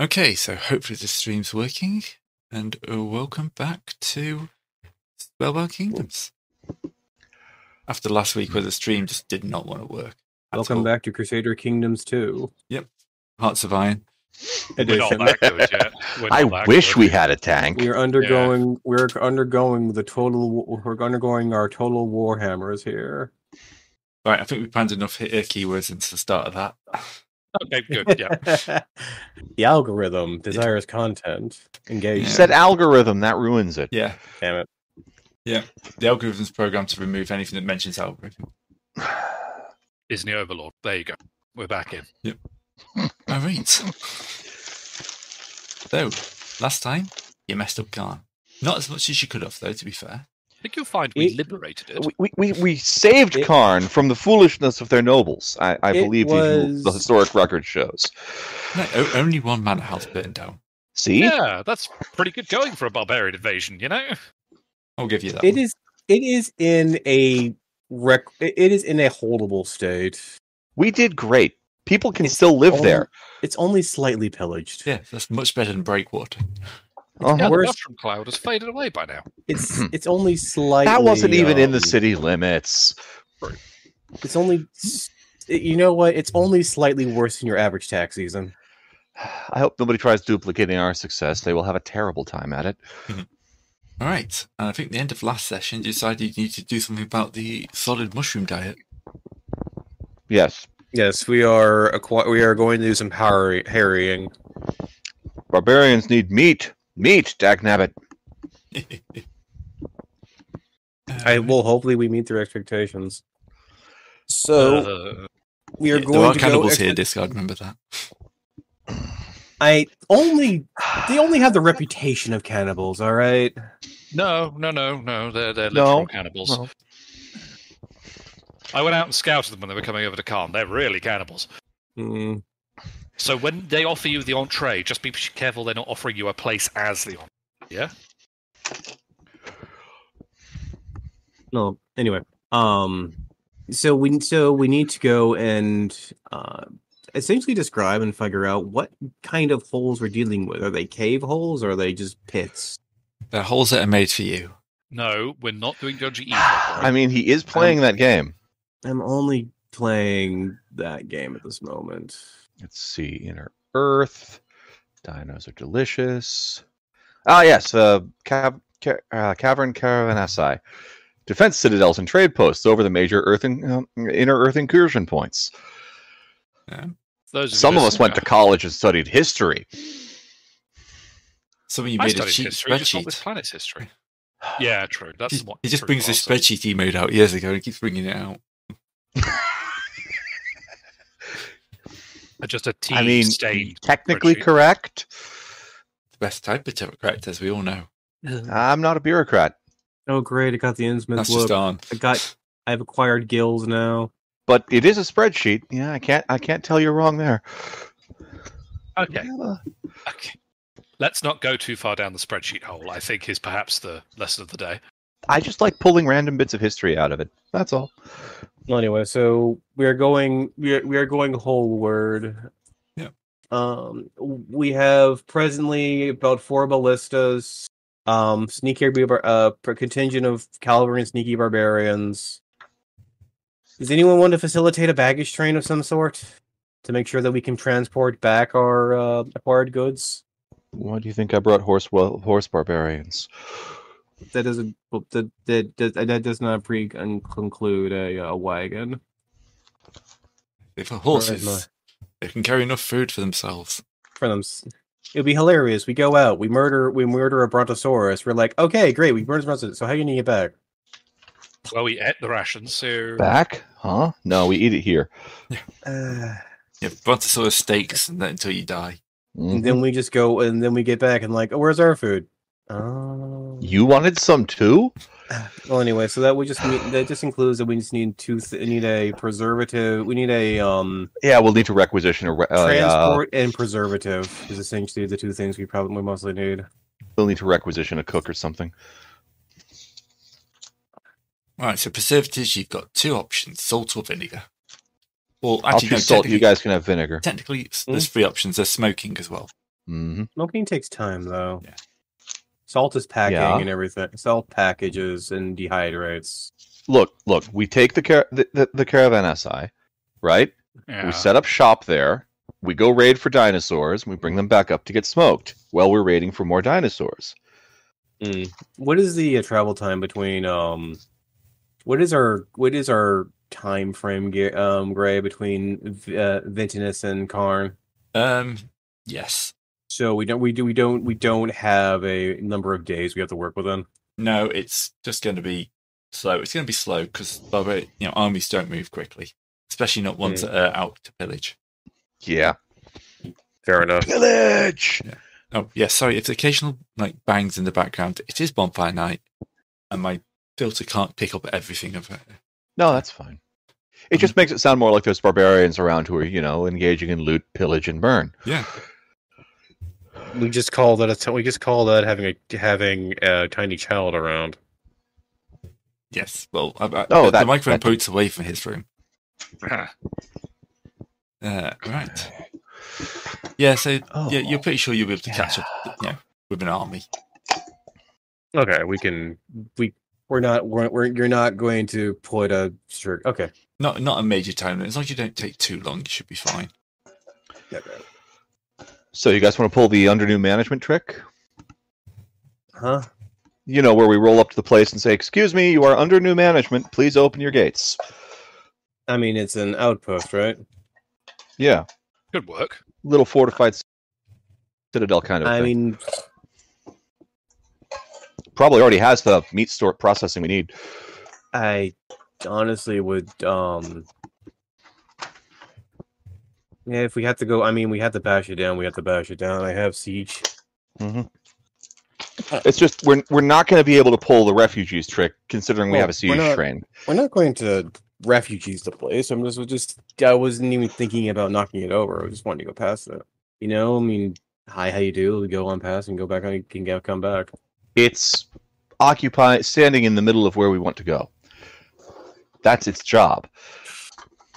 Okay, so hopefully the stream's working, and uh, welcome back to Spellbound Kingdoms. After last week, where the stream just did not want to work. at Welcome all. back to Crusader Kingdoms 2. Hearts of Iron. We don't Edition. lack those yet. We I don't lack wish those we yet. had a tank. We're undergoing we're undergoing the total wa- we're undergoing our total warhammers here. Right, I think we planned enough hit, uh, keywords into the start of that. Okay, good. Yeah. the algorithm desires content. Engage. You said algorithm, that ruins it. Yeah, Damn it. the algorithm's programmed to remove anything that mentions algorithm. Disney Overlord. There you go. We're back in. All right. So, last time, you messed up Khan. Not as much as you could have, though, to be fair. I think you'll find we It- liberated it. We, we, we, we saved It- Karn from the foolishness of their nobles, I, I It believe the, the was- historic record shows. No, o- only one manor house burned down. See? Yeah, that's pretty good going for a barbarian invasion, you know? Uh-huh. I'll give you that. It one. is it is in a rec it it is in a holdable state. We did great. People can It's still live only- there. It's only slightly pillaged. Yeah, that's much better than Breakwater. Yeah, Uh-huh. the Worse- dust from cloud has faded away by now. It's it's only slightly That wasn't even in the um, city limits. It's only s- you know what? It's only slightly worse than your average tax season. I hope nobody tries duplicating our success. They will have a terrible time at it. All right, and I think the end of last session, you decided you need to do something about the solid mushroom diet. Yes. Yes, we are acqui- we are going to do some har- harrying. Barbarians need meat. Meat, dagnabbit. I Um, well, hopefully we meet their expectations. Oh. So Uh, we are Yeah, going there are to cannibals go. here, Discard, remember that. I only they only have the reputation of cannibals. All right, no, no, no, no. They're, they're No, literal cannibals. no. I went out and scouted them when they were coming over to Khan. They're really cannibals. Mm, So when they offer you the entree, just be careful they're not offering you a place as the entree. Yeah? no. Anyway, um, so we so we need to go and uh, essentially describe and figure out what kind of holes we're dealing with. Are they cave holes or are they just pits? There are holes that are made for you. No, we're not doing E Dodgy Evil. I mean, he is Um, playing that game. I'm only playing that game at this moment. Let's see, inner Earth. Dinos are delicious. Ah, yes, uh, cav- ca- uh, cavern caravanasai. Defense citadels and trade posts over the major earth in, um, inner Earth incursion points. Um, Those are Some of just- us went to college and studied history. Something you I made a studied cheap history, just not this spreadsheet. planet's history. Yeah, true. That's He, what he just true brings this class is. spreadsheet he made out years ago and keeps bringing it out. Uh, Just a tea I mean, stained. technically spreadsheet. correct. The best type of correct, as we all know. I'm not a bureaucrat, Oh great! I got the Innsmouth That's look. just on. I got. I've acquired gills now. but it is a spreadsheet. Yeah, I can't. I can't tell you're wrong there. Okay, okay. Let's not go too far down the spreadsheet hole. I think is perhaps the lesson of the day. I just like pulling random bits of history out of it. That's all. Well, anyway, so we are going. We are, we are going whole word. Yeah. Um, we have presently about four ballistas. Um, sneaky bar- uh, per- contingent of cavalry and sneaky barbarians. Does anyone want to facilitate a baggage train of some sort to make sure that we can transport back our uh, acquired goods? Why do you think I brought horse well, horse barbarians? that doesn't well, that that that, that does not pre un- conclude a, uh wagon. They're for no. horses. They can carry enough food for themselves. For them, s- it'd be hilarious. We go out, we murder, we murder a brontosaurus. We're like, okay, great, we murdered a brontosaurus. So how are you gonna get back? Well, we ate the rations, so Back? Huh? No, we eat it here. Uh, Yeah, brontosaurus steaks and that until you die. Mhm. and then we just go, and then we get back, and like, oh, where's our food? Oh, You wanted some too? well, anyway, so that would just mean that just includes that we just need two, th- need a preservative, we need a um Yeah, we'll need to requisition a. Re- uh, uh, transport and preservative is essentially the two things we probably mostly need. we'll need to requisition a cook or something. All right, so preservatives, you've got two options salt or vinegar. Well, I'll actually, no, choose salt. You technically- guys Hmm? can have vinegar. Technically, s- there's three options. There's smoking as well. hmm Smoking takes time though. Yeah. Salt is packing Yeah. and everything. Salt packages and dehydrates. Look, look, we take the, car- the, the, the caravan SI, right? Yeah. We uh, set up shop there. We go raid for dinosaurs. And we bring them back up to get smoked while we're raiding for more dinosaurs. Hmm. Mm. What is the uh, travel time between um what is our what is our time frame Ga- um gray between uh, Ventinus and Karn? Um, yes. So we don't we do we don't we don't have a number of days we have to work within. No, it's just going to be slow. It's going to be slow because you know armies don't move quickly, especially not ones Hmm. that are out to pillage. Yeah. Fair enough. Pillage! Oh yeah, sorry. If the occasional like bangs in the background, it is bonfire night, and my filter can't pick up everything of it. No, that's fine. It just makes it sound more like there's barbarians around who are, you know, engaging in loot, pillage, and burn. Yeah, We just call that a t- we just call that having a having a tiny child around. yes. Well, I, I, Oh, the, that- the microphone that- pokes away from his room. Huh. Uh, right. Yeah. So Oh. yeah, you're pretty sure you'll be able to catch up, you know, with an army. Okay, we can. We're not we're, we're you're not going to put a sure okay. Not not a major time. limit. As long as you don't take too long, you should be fine. Yeah, So, you guys want to pull the under new management trick? Huh? You know, where we roll up to the place and say, Excuse me, you are under new management. Please open your gates. I mean it's an outpost, right? Yeah. Good work. Little fortified citadel kind of I thing. mean Probably already has the meat store processing we need. I honestly would um Yeah, if we had to go I mean we had to bash it down, we have to bash it down. I have siege. Mm-hmm. It's just we're we're not going to be able to pull the refugees trick, considering we Well, have a siege we're not- train. We're not going to refugees the place. I'm just just I wasn't even thinking about knocking it over. I just wanted to go past it. You know, I mean hi how you do, we go on past and go back on can go come back. It's occupy standing in the middle of where we want to go. That's its job.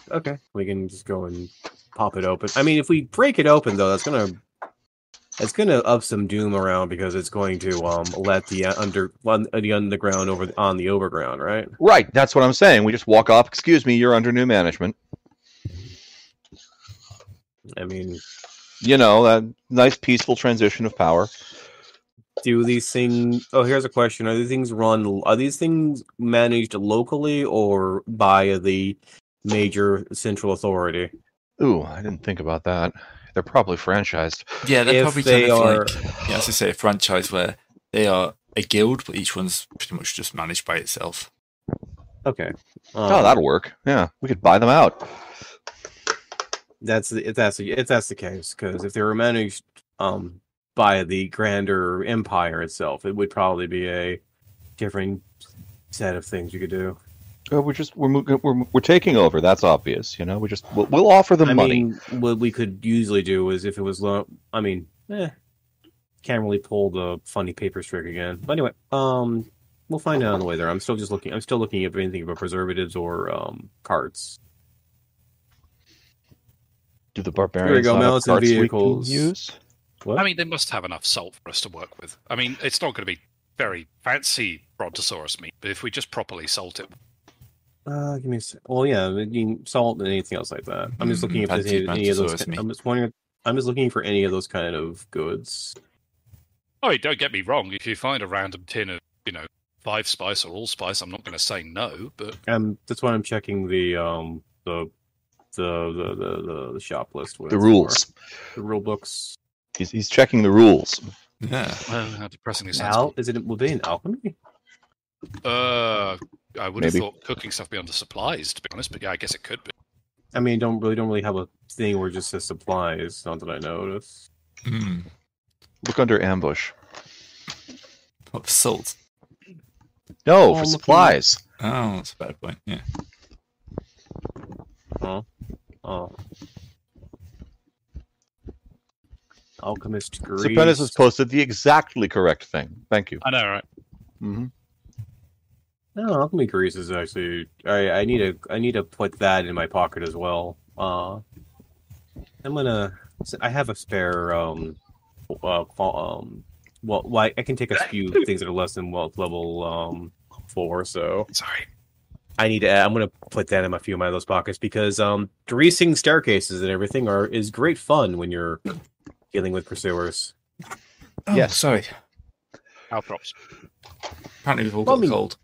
Okay. We can just go and pop it open. I mean if we break it open though, that's gonna it's gonna up some doom around because it's going to um let the uh, under on the underground over the, on the overground, right? Right, that's what I'm saying. We just walk off. Excuse me, you're under new management. I mean, You know that nice peaceful transition of power. do these things? Oh, here's a question: Are these things run? Are these things managed locally or by the major central authority? Ooh, I didn't think about that. They're probably franchised. Yeah, they're If probably they kind of are, like yeah, as I say, a franchise where they are a guild, but each one's pretty much just managed by itself. okay, oh, um, that'll work. Yeah, we could buy them out. that's the- if that's the- if that's the case, because if they were managed um by the grander empire itself, it would probably be a different set of things you could do. Uh, We're just we're, mo- we're we're taking over. That's obvious. You know, we just we'll, we'll offer them I money. mean, what we could usually do is if it was low. I mean, eh, can't really pull the funny paper trick again. But anyway, um, we'll find out on the way there. I'm still just looking. I'm still looking at anything about preservatives or um carts. Do the barbarians go, not have mounts and carts we can vehicles. use? What? I mean, they must have enough salt for us to work with. I mean, it's not going to be very fancy brontosaurus meat, but if we just properly salt it, uh, give me. A sec. Well, yeah, I mean, salt and anything else like that. I'm just Mm, looking if there's fancy any, any of those. Brontosaurus meat. I'm just wondering. I'm just looking for any of those kind of goods. oh, don't get me wrong. If you find a random tin of, you know, five spice or allspice, I'm not going to say no, but Um, that's why I'm checking the um the the the the, the, the shop list. what The it's for. rules. the rule books. He's, he's checking the rules. Yeah. well, Uh, how depressingly sounds. Al, is it will it be an alchemy? Uh, I would have Maybe. thought cooking stuff beyond the supplies, to be honest, but yeah, I guess it could be. I mean, don't really don't really have a thing where it just says supplies. Not that I notice. Mm. Look under ambush. What the salt? No, Oh, for looking- supplies. Oh, that's a bad point. Yeah. Oh, alchemist grease. Sepenus has posted the exactly correct thing. Thank you. I know, right? hmm no, alchemy grease is actually. I I need to I need to put that in my pocket as well. Uh, I'm gonna. I have a spare um uh, fall, um, well, well, I- I can take a few things that are less than wealth level um four, so Sorry. I need to. Add, I'm going to put that in a few of my those pockets because um, greasing staircases and everything are is great fun when you're dealing with pursuers. Oh, Yes. sorry. Our props. Apparently we've all Well, got I mean- cold.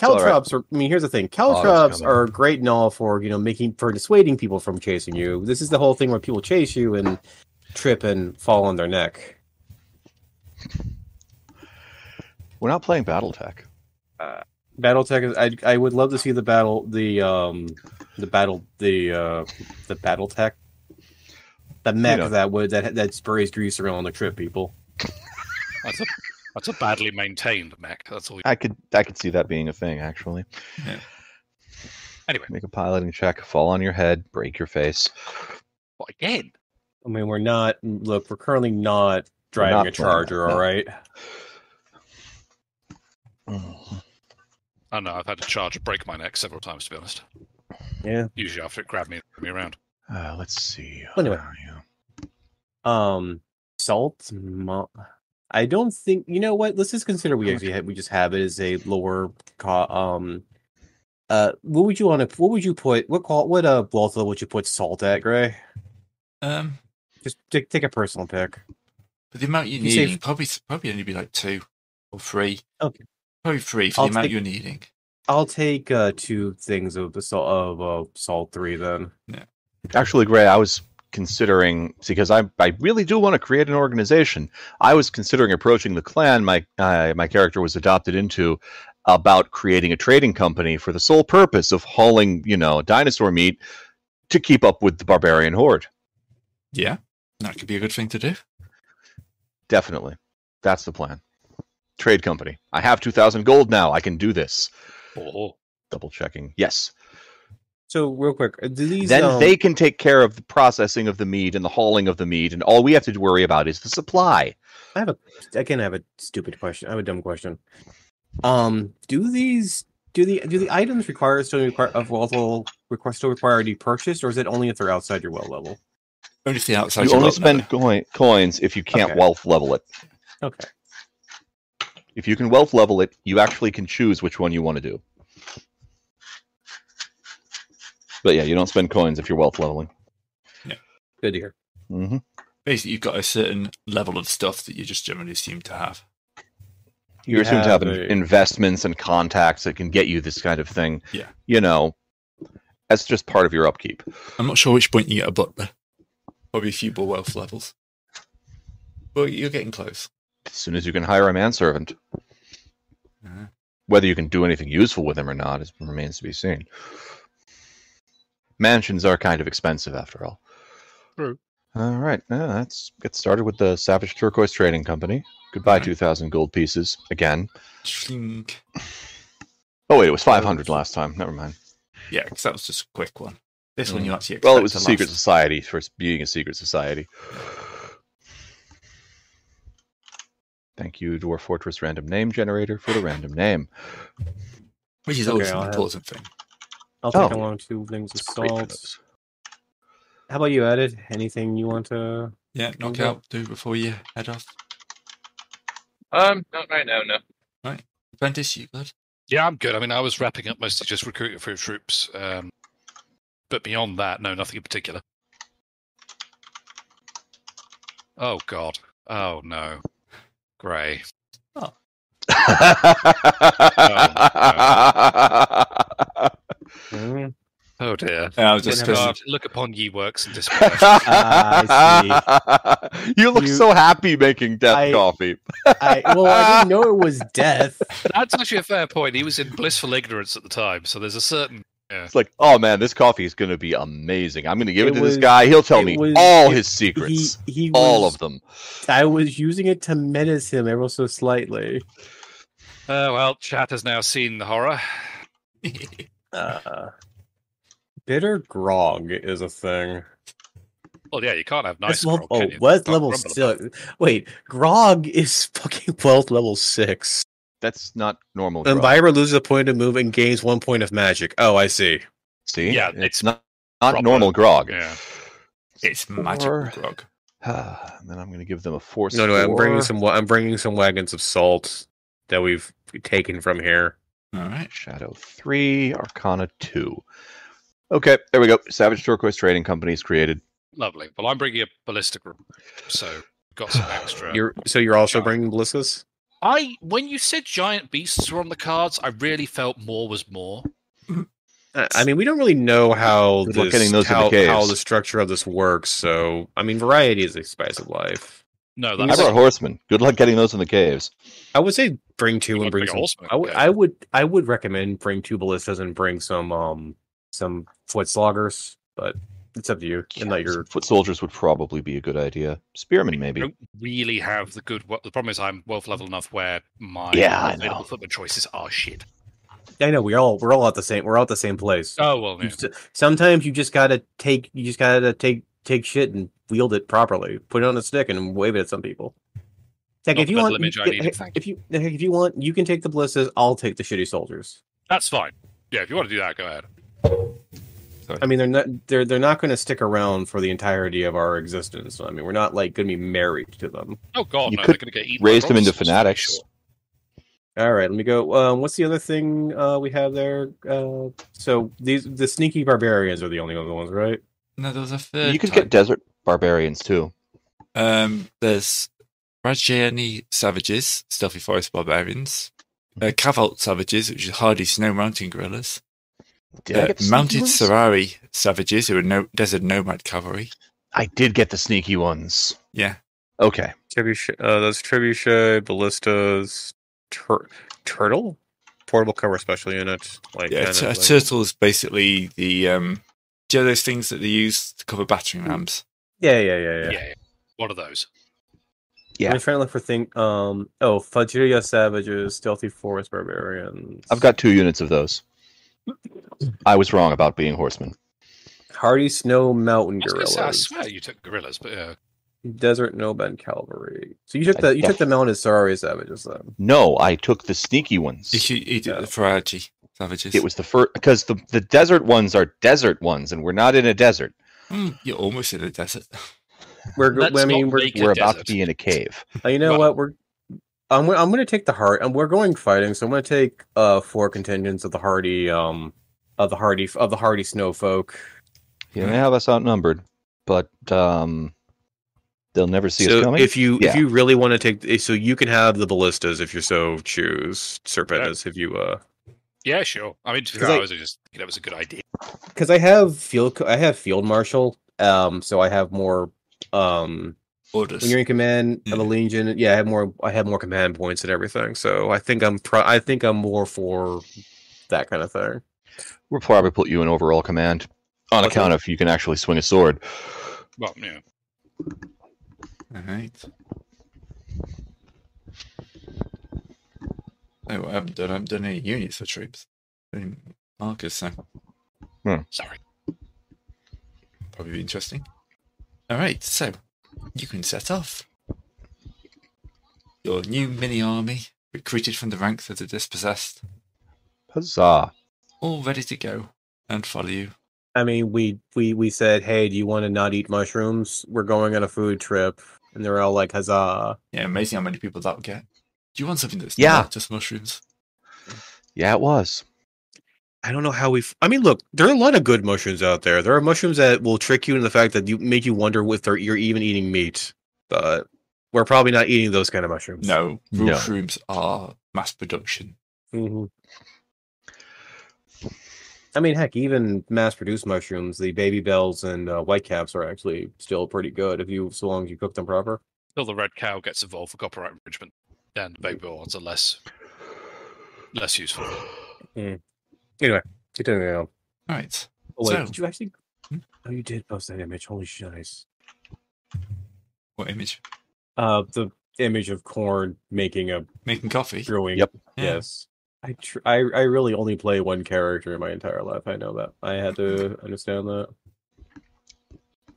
all right. Caltrops are. I mean, here's the thing. that's Caltrops coming. are great and all for you know making for dissuading people from chasing you. This is the whole thing where people chase you and trip and fall on their neck. We're not playing BattleTech. BattleTech. is- I I would love to see the battle the um the battle the uh the BattleTech the mech know. that would that that sprays grease around on the trip people. That's a that's a badly maintained mech. That's all. You... I could I could see that being a thing actually. Yeah. Anyway. make a piloting check, fall on your head, break your face. But again, I mean, we're not look. We're currently not driving not a doing that, charger. no. All right. Mm. I don't know. I've had a charger break my neck several times, to be honest. Yeah. Usually after it grabbed me, and threw me around. Uh, let's see. Anyway. Uh, yeah. Um, salt. Mo- I don't think you know what. Let's just consider we actually ha- we just have it as a lower co- um. Uh, what would you want to? What would you put? What call? What uh, wealth level would you put salt at, Gray? Um, Just take, take a personal pick. but the amount you're You say- needing probably probably only be like two or three. Okay. Probably three for I'll the amount take- you're needing. I'll take uh two things of the salt of uh, salt three then. Actually, Gray, I was considering because I I really do want to create an organization. I was considering approaching the clan my uh, my character was adopted into about creating a trading company for the sole purpose of hauling you know dinosaur meat to keep up with the barbarian horde. Yeah. That could be a good thing to do. Definitely, that's the plan. Trade company. I have two thousand gold now. I can do this. Or Double checking. Yes. So real quick, uh, do these then um, they can take care of the processing of the meat and the hauling of the meat, and all we have to worry about is the supply. I have a again. I have a stupid question. I have a dumb question. Um, do these do the do the items require still require of wealth level require still require you purchase, or is it only if they're outside your wealth level? Only if the outside you only spend coin- coins if you can't Okay. wealth level it. Okay. If you can wealth level it, you actually can choose which one you want to do. But yeah, you don't spend coins if you're wealth leveling. Good to hear. hmm basically you've got a certain level of stuff that you just generally assume to have. You're assumed to have in- a- investments and contacts that can get you this kind of thing. Yeah. You know, that's just part of your upkeep. I'm not sure which point you get a butler. Probably a few more wealth levels. But you're getting close. As soon as you can hire a manservant, Mhm. whether you can do anything useful with him or not is, remains to be seen. Mansions are kind of expensive after all. True. All right, yeah, let's get started with the Savage Turquoise Trading Company. Goodbye, Mhm. 2,000 gold pieces again. Shling. Oh, wait, it was 500 last time. Never mind. Yeah, because that was just a quick one. This one Mm. you actually expect Well, it was a to secret last. society for s- being a secret society. Thank you, Dwarf Fortress Random Name Generator, for the random name. Which is Okay, always I'll an have- important thing. I'll take Oh. along two things of It's great for salt. those. How about you, Edit? Anything you want to? Yeah, knock Okay. out, do before you head off. Um, not right now, no. Apprentice, you good? yeah, I'm good. I mean, I was wrapping up mostly just recruiting for troops. Um, but beyond that, no, nothing in particular. Oh God. Oh no. Grey. Mm, Oh dear. I was just just because Whenever- cursing. God, look upon ye works and despair. I You look You- so happy making death I- coffee. I, well, I didn't know it was death. That's actually a fair point. He was in blissful ignorance at the time, so there's a certain It's like, oh man, this coffee is going to be amazing. I'm going to give it, It to this was- guy. He'll tell it me was- all it- his secrets, He, he all was, of them. I was using it to menace him ever so slightly. Oh well, chat has now seen the horror. Uh, bitter grog is a thing. Well, yeah, you can't have nice. That's Wealth- grog, oh, can you? wealth Can't level grumble six. Wait, grog is fucking wealth level six. That's not normal. The grog. Environment loses a point of move and gains one point of magic. Oh, I see. See, Yeah, it's it's not not proper- normal grog. Yeah. it's magical Or- grog. and then I'm going to give them a force. No, no, I'm bringing four. some. wa- I'm bringing some wagons of salt that we've taken from here. All right. Shadow 3, Arcana 2. Okay, there we go. Savage Turquoise Trading Company is created. Lovely. Well, I'm bringing a ballistic, room, so got some extra. You're so you're also Yeah. bringing ballistas. I when you said giant beasts were on the cards, I really felt more was more. I I mean, we don't really know how Good luck this, getting those in the how, how caves. the structure of this works. So, I mean, variety is the spice of life. No, I that's brought horsemen. Good luck getting those in the caves. I would say bring two You and want bring big some. horsemen, I would- okay. I would I would recommend bring two ballistas and bring some um some foot sloggers, but it's up to you. And that you're Foot soldiers would probably be a good idea. Spearmen, I maybe. don't really have the good. Well, the problem is I'm wealth level enough where my Yeah, I available know. footman choices are shit. I know we all we're all at the same we're all at the same place. Oh well, You yeah. s- sometimes you just gotta take you just gotta take take shit and wield it properly. Put it on a stick and wave it at some people. It's Like Not if you the want, Oh, image you I can- needed, thank if you if you want, you can take the ballistas. I'll take the shitty soldiers. that's fine. Yeah, if you want to do that, go ahead. I mean, they're not they're they're not going to stick around for the entirety of our existence. I mean, we're not like going to be married to them. Oh god, You no, could they're going to get eaten. raise by them into rocks, that's for fanatics. sure. All right, let me go. Um, what's the other thing uh, we have there? Uh, so these the sneaky barbarians are the only other ones, right? No, there was a third. You could type. get desert barbarians too. Um, there's Rajani savages, stealthy forest barbarians, Mm-hmm. uh, Cavalt savages, which is hardy snow mountain gorillas, Did uh, I get the sneaky mounted ones? Serari savages, who are no desert nomad cavalry. I did get the sneaky ones. Yeah, Okay. Trebuchet, uh, that's trebuchet, ballistas, tur- turtle, portable cover special unit. Like, yeah. A, kind t- of a like- turtle is basically the um, do you know those things that they use to cover battering rams? yeah, yeah, yeah, yeah. Yeah. yeah. What are those? Yeah. I'm just trying to look for thing. Um, oh, Fajiria savages, stealthy forest barbarians. I've got two units of those. I was wrong about being horsemen. hardy snow mountain I, was gonna gorillas, say, I swear you took gorillas, but uh, desert nomad cavalry. So you took I the you took def- the mounted Sarari savages then. No, I took the sneaky ones. He, he did Yeah. the Faraji savages. It was the first because the, the desert ones are desert ones, and we're not in a desert. Hmm, you're almost in the desert. We're, Let's I mean, not we're make it we're about desert. to be in a cave. Uh, you know Well- what? We're I'm gonna- I'm going to take the heart, and we're going fighting. So I'm going to take uh four contingents of the hardy um of the hardy of the hardy snow folk. You may have us outnumbered, but um, they'll never see us so coming. if you if Yeah. you really want to take, eh, so you can have the ballistas if you so choose, Serpentis, if you uh. yeah, sure. I mean, to be 'Cause fair, I I- was just thinking that was a good idea. Because I have field co- I have field marshal, um, so I have more um Orders. when you're in command of a Mm. legion. Yeah, I have more I have more command points and everything. So I think I'm pro- I think I'm more for that kind of thing. we'll probably put you in overall command on Okay. account of you can actually swing a sword. Well, yeah. All right. Oh, I haven't done. I haven't done any units for troops. Any markers, so Sorry. probably be interesting. All right, so you can set off. Your new mini army, recruited from the ranks of the dispossessed, Huzzah! all ready to go and follow you. I mean, we we we said, "Hey, do you want to not eat mushrooms? We're going on a food trip," and they're all like, "Huzzah!" Yeah, amazing how many people that will get. Do you want something that's Yeah. not just mushrooms? Yeah, it was. I don't know how we. F- I mean, look, there are a lot of good mushrooms out there. There are mushrooms that will trick you into the fact that you make you wonder if they're, you're even eating meat, but we're probably not eating those kind of mushrooms. No, No. mushrooms are mass production. Mhm. I mean, heck, even mass-produced mushrooms, the baby bells and uh, white caps are actually still pretty good if you, so long as you cook them proper. Till the red cow gets involved for copyright infringement, then the baby ones are less less useful. Continuing All on. right. Oh, wait, So- did you actually? Hmm? Oh, you did post that image. Holy shit, nice. What image? Uh, the image of corn making a Making coffee. brewing. Yep. Yeah. Yes. I, tr- I I really only play one character in my entire life. I know that. I had to understand that.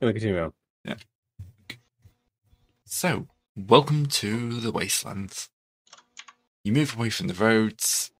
Anyway, continue on. So, welcome to the wastelands. You move away from the roads,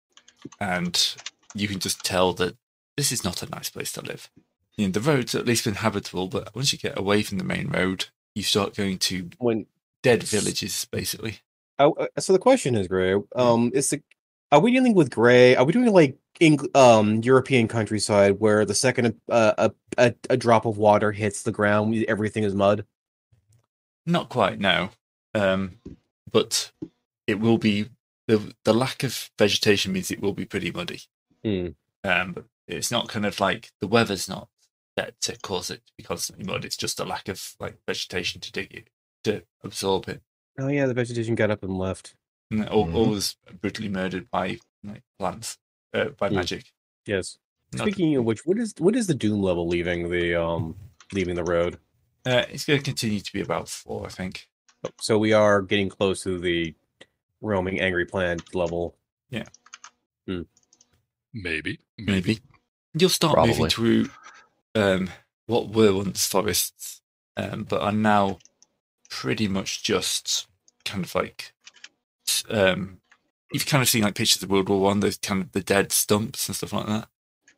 and you can just tell that this is not a nice place to live. You know, the roads are at least been habitable, but once you get away from the main road, you start going to When dead villages, basically. I, I- so the question is, Gray, um, is the are we dealing with Gray? Are we doing like Eng- um European countryside where the second uh, a, a a drop of water hits the ground, everything is mud? Not quite now, um, but it will be the the lack of vegetation means it will be pretty muddy. Hmm. Um, but it's not kind of like the weather's not set to cause it to be constantly mud. It's just a lack of like vegetation to dig it to absorb it, Oh yeah, the vegetation got up and left. and all, Mm-hmm. Mhm. all was brutally murdered by like plants uh, by Hmm. magic. Yes. Not- Speaking of which, what is what is the doom level leaving the um leaving the road? uh, it's going to continue to be about four, I think. So we are getting close to the roaming angry plant level. Maybe. maybe you'll start moving through um, what were once forests, um, but are now pretty much just kind of like s- um, you've kind of seen like pictures of World War One, those kind of the dead stumps and stuff like that.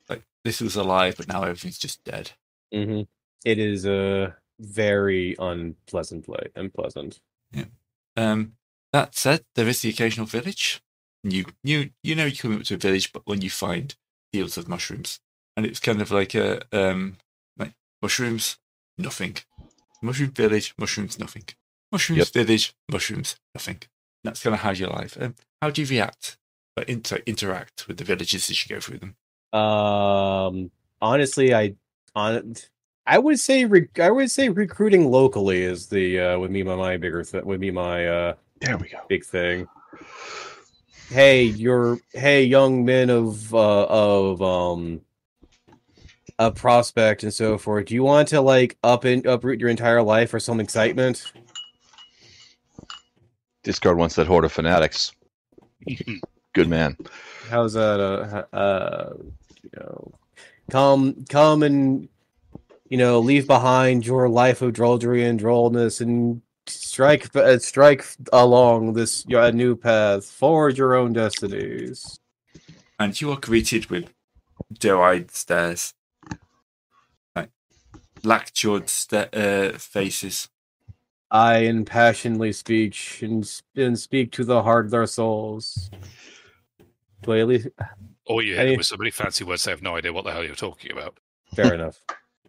Like this was alive, but now everything's just dead. Mm-hmm. It is a very unpleasant play. Unpleasant. Um, that said, there is the occasional village. You you you know you come up to a village, but when you find fields of mushrooms, and it's kind of like a um like mushrooms, nothing. Mushroom village, mushrooms, nothing. Mushrooms Yep. village, mushrooms, nothing. That's kind of how's your life. Um, how do you react? Or inter- interact with the villages as you go through them. Um, honestly, I on I would say re- I would say recruiting locally is the uh would be my, my bigger th- would be my uh There we go. big thing. Hey, you're hey young men of uh of um a prospect and so forth. Do you want to like up and uproot your entire life for some excitement? Discard once that horde of fanatics. Maybe. Good man. How's that? Uh, h- uh, you know, come, come, and you know, leave behind your life of drudgery and drolleness, and strike, uh, strike along this your new path, forge your own destinies. And you are greeted with doe-eyed stares, like lactured sta uh, faces. I impassionedly speech and, s- and speak to the heart of their souls. Do I at least? Or you Hey. hit it with so many fancy words they have no idea what the hell you're talking about. Fair enough.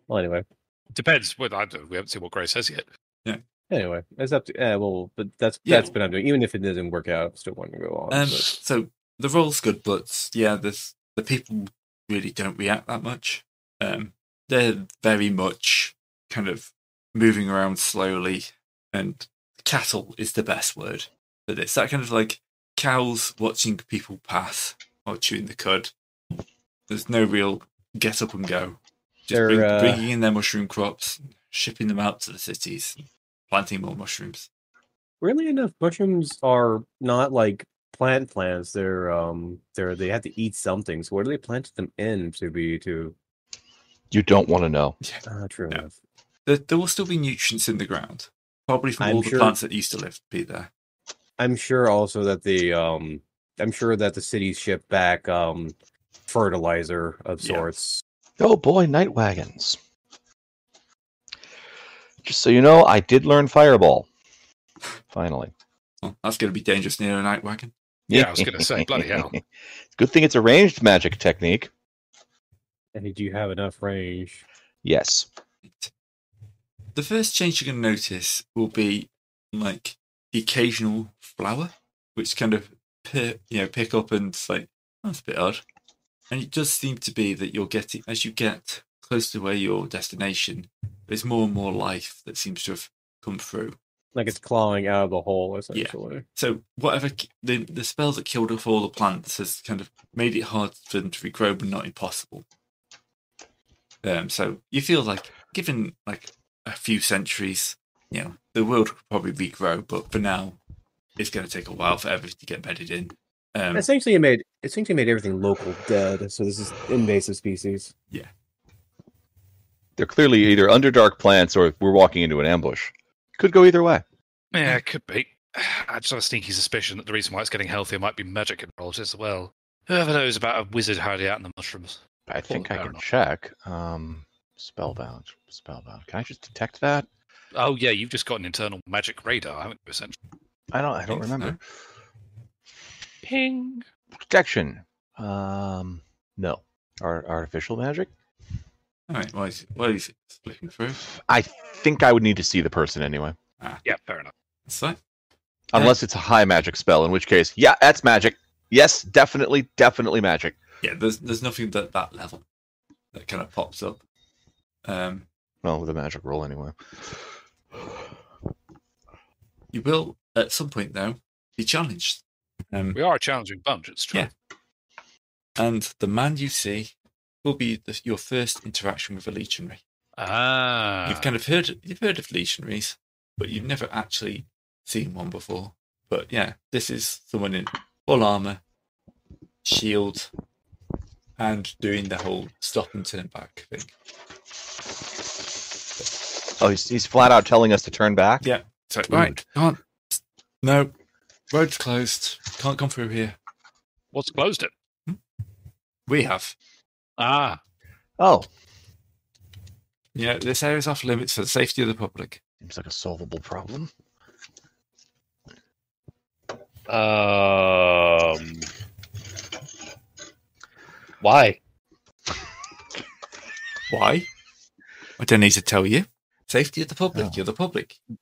Well, anyway, Depends. Well, I don't, we haven't seen what Gray says yet. anyway, it's up to. Uh, well, but that's Yeah. that's what I'm doing. Even if it doesn't work out, I still want to go on. Um, but- so the role's good, but yeah, there's, the people really don't react that much. Um, they're very much kind of moving around slowly, and cattle is the best word for this. That kind of like cows watching people pass or chewing the cud. There's no real get up and go. Just They're, bring, uh, bringing in their mushroom crops, shipping them out to the cities, planting more mushrooms. Really enough, mushrooms are not like plant plants. They're um they're they have to eat something. So what do they plant them in to be to You don't want to know. ah true Yeah. enough. There, there will still be nutrients in the ground, probably from I'm all the sure- plants that used to live be there. I'm sure also that the um I'm sure that the cities ship back um fertilizer of Yeah. sorts. Oh boy, night wagons. Just so you know, I did learn fireball. Finally. Well, that's going to be dangerous near a night wagon. Yeah, I was gonna say, bloody hell. Good thing it's a ranged magic technique. Hey, do you have enough range? Yes. The first change you're going to notice will be like the occasional flower, which kind of pick, you know pick up and it's like "Oh, that's a bit odd. And it does seem to be that you're getting as you get close to where your destination, there's more and more life that seems to have come through. Like it's clawing out of the hole essentially. So whatever ki- the the spell that killed off all the plants has kind of made it hard for them to regrow, but not impossible. Um, so you feel like, given like a few centuries, you know, the world will probably regrow, but for now, it's going to take a while for everything to get bedded in. Um, Essentially it made essentially made everything local dead. So this is invasive species. They're clearly either underdark plants or we're walking into an ambush. Could go either way. Yeah, it could be. I just have a sneaky suspicion that the reason why it's getting healthier might be magic involved as well. Whoever knows about a wizard hiding out in the mushrooms. I think I can Paranormal. check. Um, spellbound. Spellbound. Can I just detect that? Oh yeah, you've just got an internal magic radar, haven't you? Essentially, I don't. I don't Think so. remember. ping. Protection. Um, no. Ar- artificial magic. All right, well, he's, well, he's flicking through. I think I would need to see the person anyway, Yeah, fair enough. That's that. Yeah. unless it's a high magic spell. In which case, yeah, that's magic. Yes, definitely, definitely magic. Yeah, there's there's nothing that that level that kind of pops up. Um, Well, with a magic roll anyway. you will at some point though be challenged. Um, We are a challenging bunch. It's true. Yeah. and the man you see will be the, your first interaction with a legionary. Ah, You've kind of heard you've heard of legionaries, but you've never actually seen one before. But yeah, this is someone in full armor, shield, and doing the whole stop and turn back thing. Oh, he's, he's flat out telling us to turn back. Yeah. So right, can't no, road's closed. Can't come through here. what's closed it? We have. Ah, Oh, Yeah, this area's off limits for the safety of the public. seems like a solvable problem. uh, Um, why? Why? I don't need to tell you. Safety of the public. You're the public. You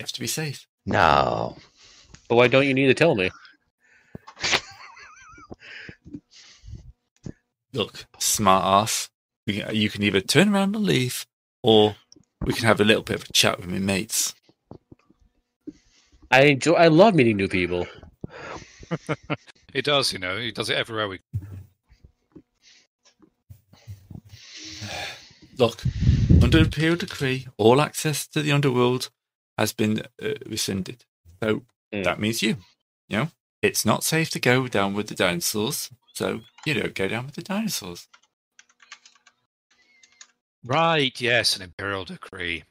have to be safe. No. But why don't you need to tell me? Look, smart ass. You can- You can either turn around and leave, or we can have a little bit of a chat with my mates. I enjoy. I love meeting new people. it does. You know, he does it everywhere. We Look, under the Imperial Decree, all access to the underworld has been uh, rescinded. So Mm. that means you. You know, it's not safe to go down with the dinosaurs, so you don't go down with the dinosaurs. right. Yes, an imperial decree.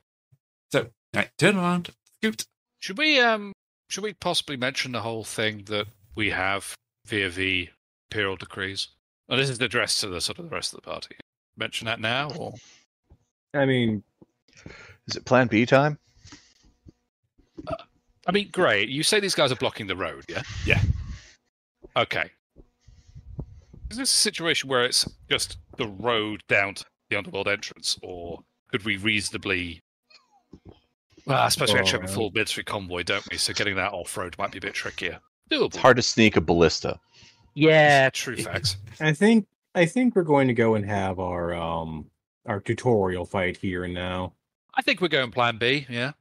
Right, turn around, scoot. Should we um should we possibly mention the whole thing that we have via the imperial decrees? And this is addressed to the sort of the rest of the party. Mention that now or I mean, Is it Plan B time? I mean, great. You say these guys are blocking the road, yeah? Yeah. Okay. Is this a situation where it's just the road down to the underworld entrance, or could we reasonably? Well, I suppose we actually have a full military convoy, don't we? So getting that off road might be a bit trickier. Doable. It's hard to sneak a ballista. Yeah. True facts. I think I think we're going to go and have our um our tutorial fight here and now. I think we're going Plan B, yeah.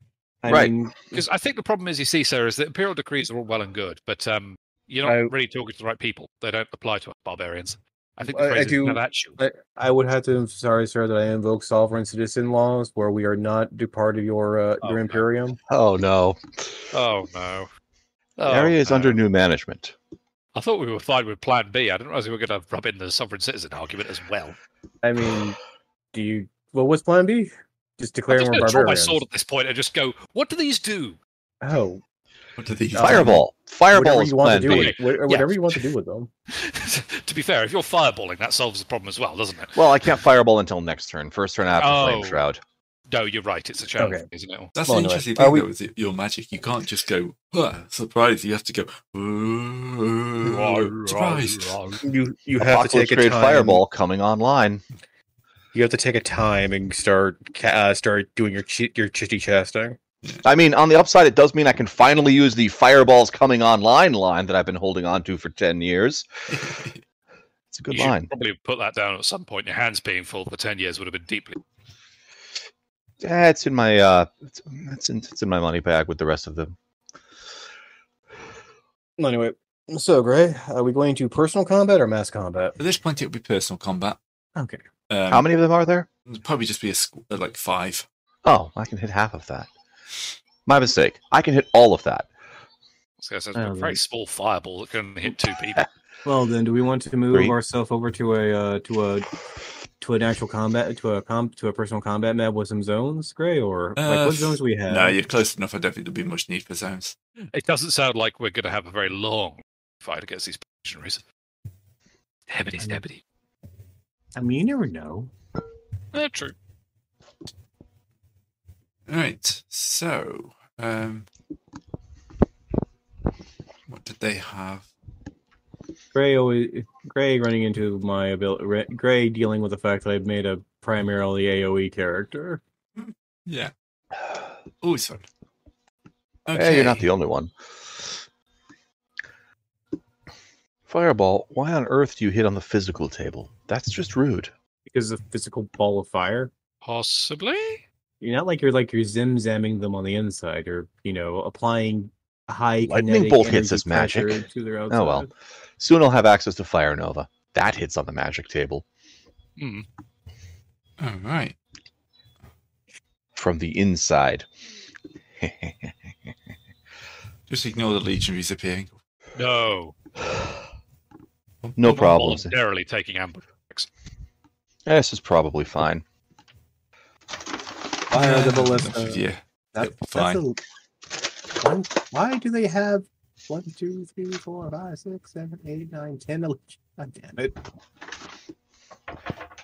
I Right. mean, Because I think the problem is, you see, sir, is that imperial decrees are all well and good, but um, you're not I- really talking to the right people. They don't apply to us barbarians. I think I- the I phrase is do- "Have at you." I, I would have to sorry, sir, that I invoke sovereign citizen laws where we are not do part of your uh, Oh, your no. imperium. Oh no. Oh no. Oh, The area is no. under new management. I thought we were fine with Plan B. I didn't realize we were going to rub in the sovereign citizen argument as well. I mean, do you? Well, what's Plan B? Just I'm declaring just we're going to draw my barbarians. sword at this point and just go, "What do these do?" Oh, What are these? Um, Fireball. Fireball whatever is you want Plan to do, B. with, wha- whatever you want to do with them. to be fair, if you're fireballing, that solves the problem as well, doesn't it? Well, I can't fireball until next turn. First turn, I have to flame Oh. shroud. No, you're right. It's a challenge, Okay. isn't it? That's Well, the anyway, interesting uh, are thing, we- though, is it, your magic. You can't just go, "Huh, surprise. You have to go, "Ooh, surprise. You you have to Apocalypse take a Trade time. Fireball coming online. You have to take a time and start ca- uh, start doing your chi- your chitty chasting. I mean, on the upside, it does mean I can finally use the Fireballs coming online line that I've been holding on to for 10 years. It's a good you should line. probably put that down at some point. Your hands being full for ten years would have been deeply. Yeah, it's in my uh, it's, it's, in, it's in my money bag with the rest of them. Anyway, so Gray, are we going to personal combat or mass combat? At this point, it'll be personal combat. Okay. Um, How many of them are there? it'll Probably just be a squ- uh, like five. Oh, I can hit half of that. My mistake. I can hit all of that. So it's a Oh, Um, very small fireball that can only hit two people. Well, then, do we want to move Three. ourselves over to a uh, to a to an actual combat to a comp to a personal combat map with some zones, Gray, or like Uh, what zones we have? no, you're close enough. I don't think there'll be much need for zones. it doesn't sound like we're going to have a very long fight against these legionaries. Hebbity, hebbity. I mean, you never know. Yeah, true. All right. So, um, what did they have? Gray always Gray running into my ability. Gray dealing with the fact that I've made a primarily AOE character. Yeah. Oh, Always fun. Yeah, you're not the only one. Fireball, why on earth do you hit on the physical table? That's just rude. because of physical ball of fire. Possibly. You're not like you're like you're zimzamming them on the inside, or you know, applying high Lightning kinetic bolt hits energy as magic. pressure to their outside. Oh, well. Soon I'll have access to Fire Nova. That hits on the magic table Hmm. All right. from the inside. Just ignore the legionaries appearing. No. no I'm problems. Voluntarily taking amber. This is probably fine. Fire the Yeah, ballista. Yeah. That- Yep, fine. that's a- one- why do they have one, two, three, four, five, six, seven, eight, nine, ten? ele- God damn it!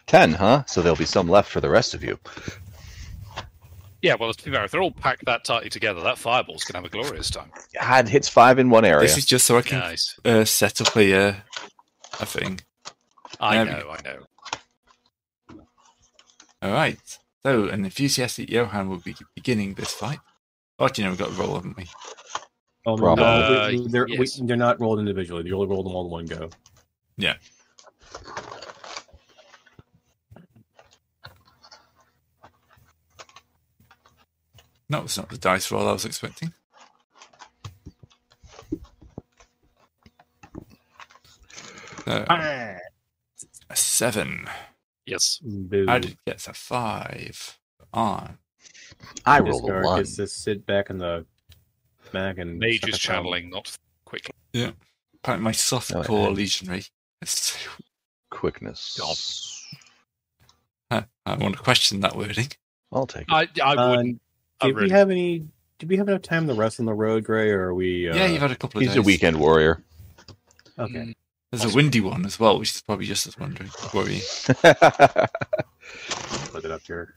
10, huh? So there'll be some left for the rest of you. Yeah, well, to be fair, if they're all packed that tightly together, that fireball's going to have a glorious time. Ah, it hits 5 in one area. This is just so I can Nice. uh, set up a uh, a thing. I Um, know, I know. All right. So, an enthusiastic Johan will be beginning this fight. Oh, do you know we've got a roll, haven't we? Oh, no, Probably. Uh, they're we- yes. they're not rolled individually. They only rolled them all in one go. No, it's not the dice roll I was expecting. So, Uh, a seven. Yes. Boo. Ad gets a five. Ah, On. I This rolled a guard 1. gets to sit back in the back and Mage suck is a thumb. channeling, not quickly. Apparently, my soft Oh, core okay. legionary. It's- Quickness. God. I want to question that wording. I'll take it. I, I Uh, wouldn't. I Did we really- have any? Did we have enough time to rest on the road, Gray? Or are we? Uh, yeah, you've had a couple of He's days. a weekend warrior. Okay. There's a windy one as well, which is probably just as wondering. Worrying. Put it up here.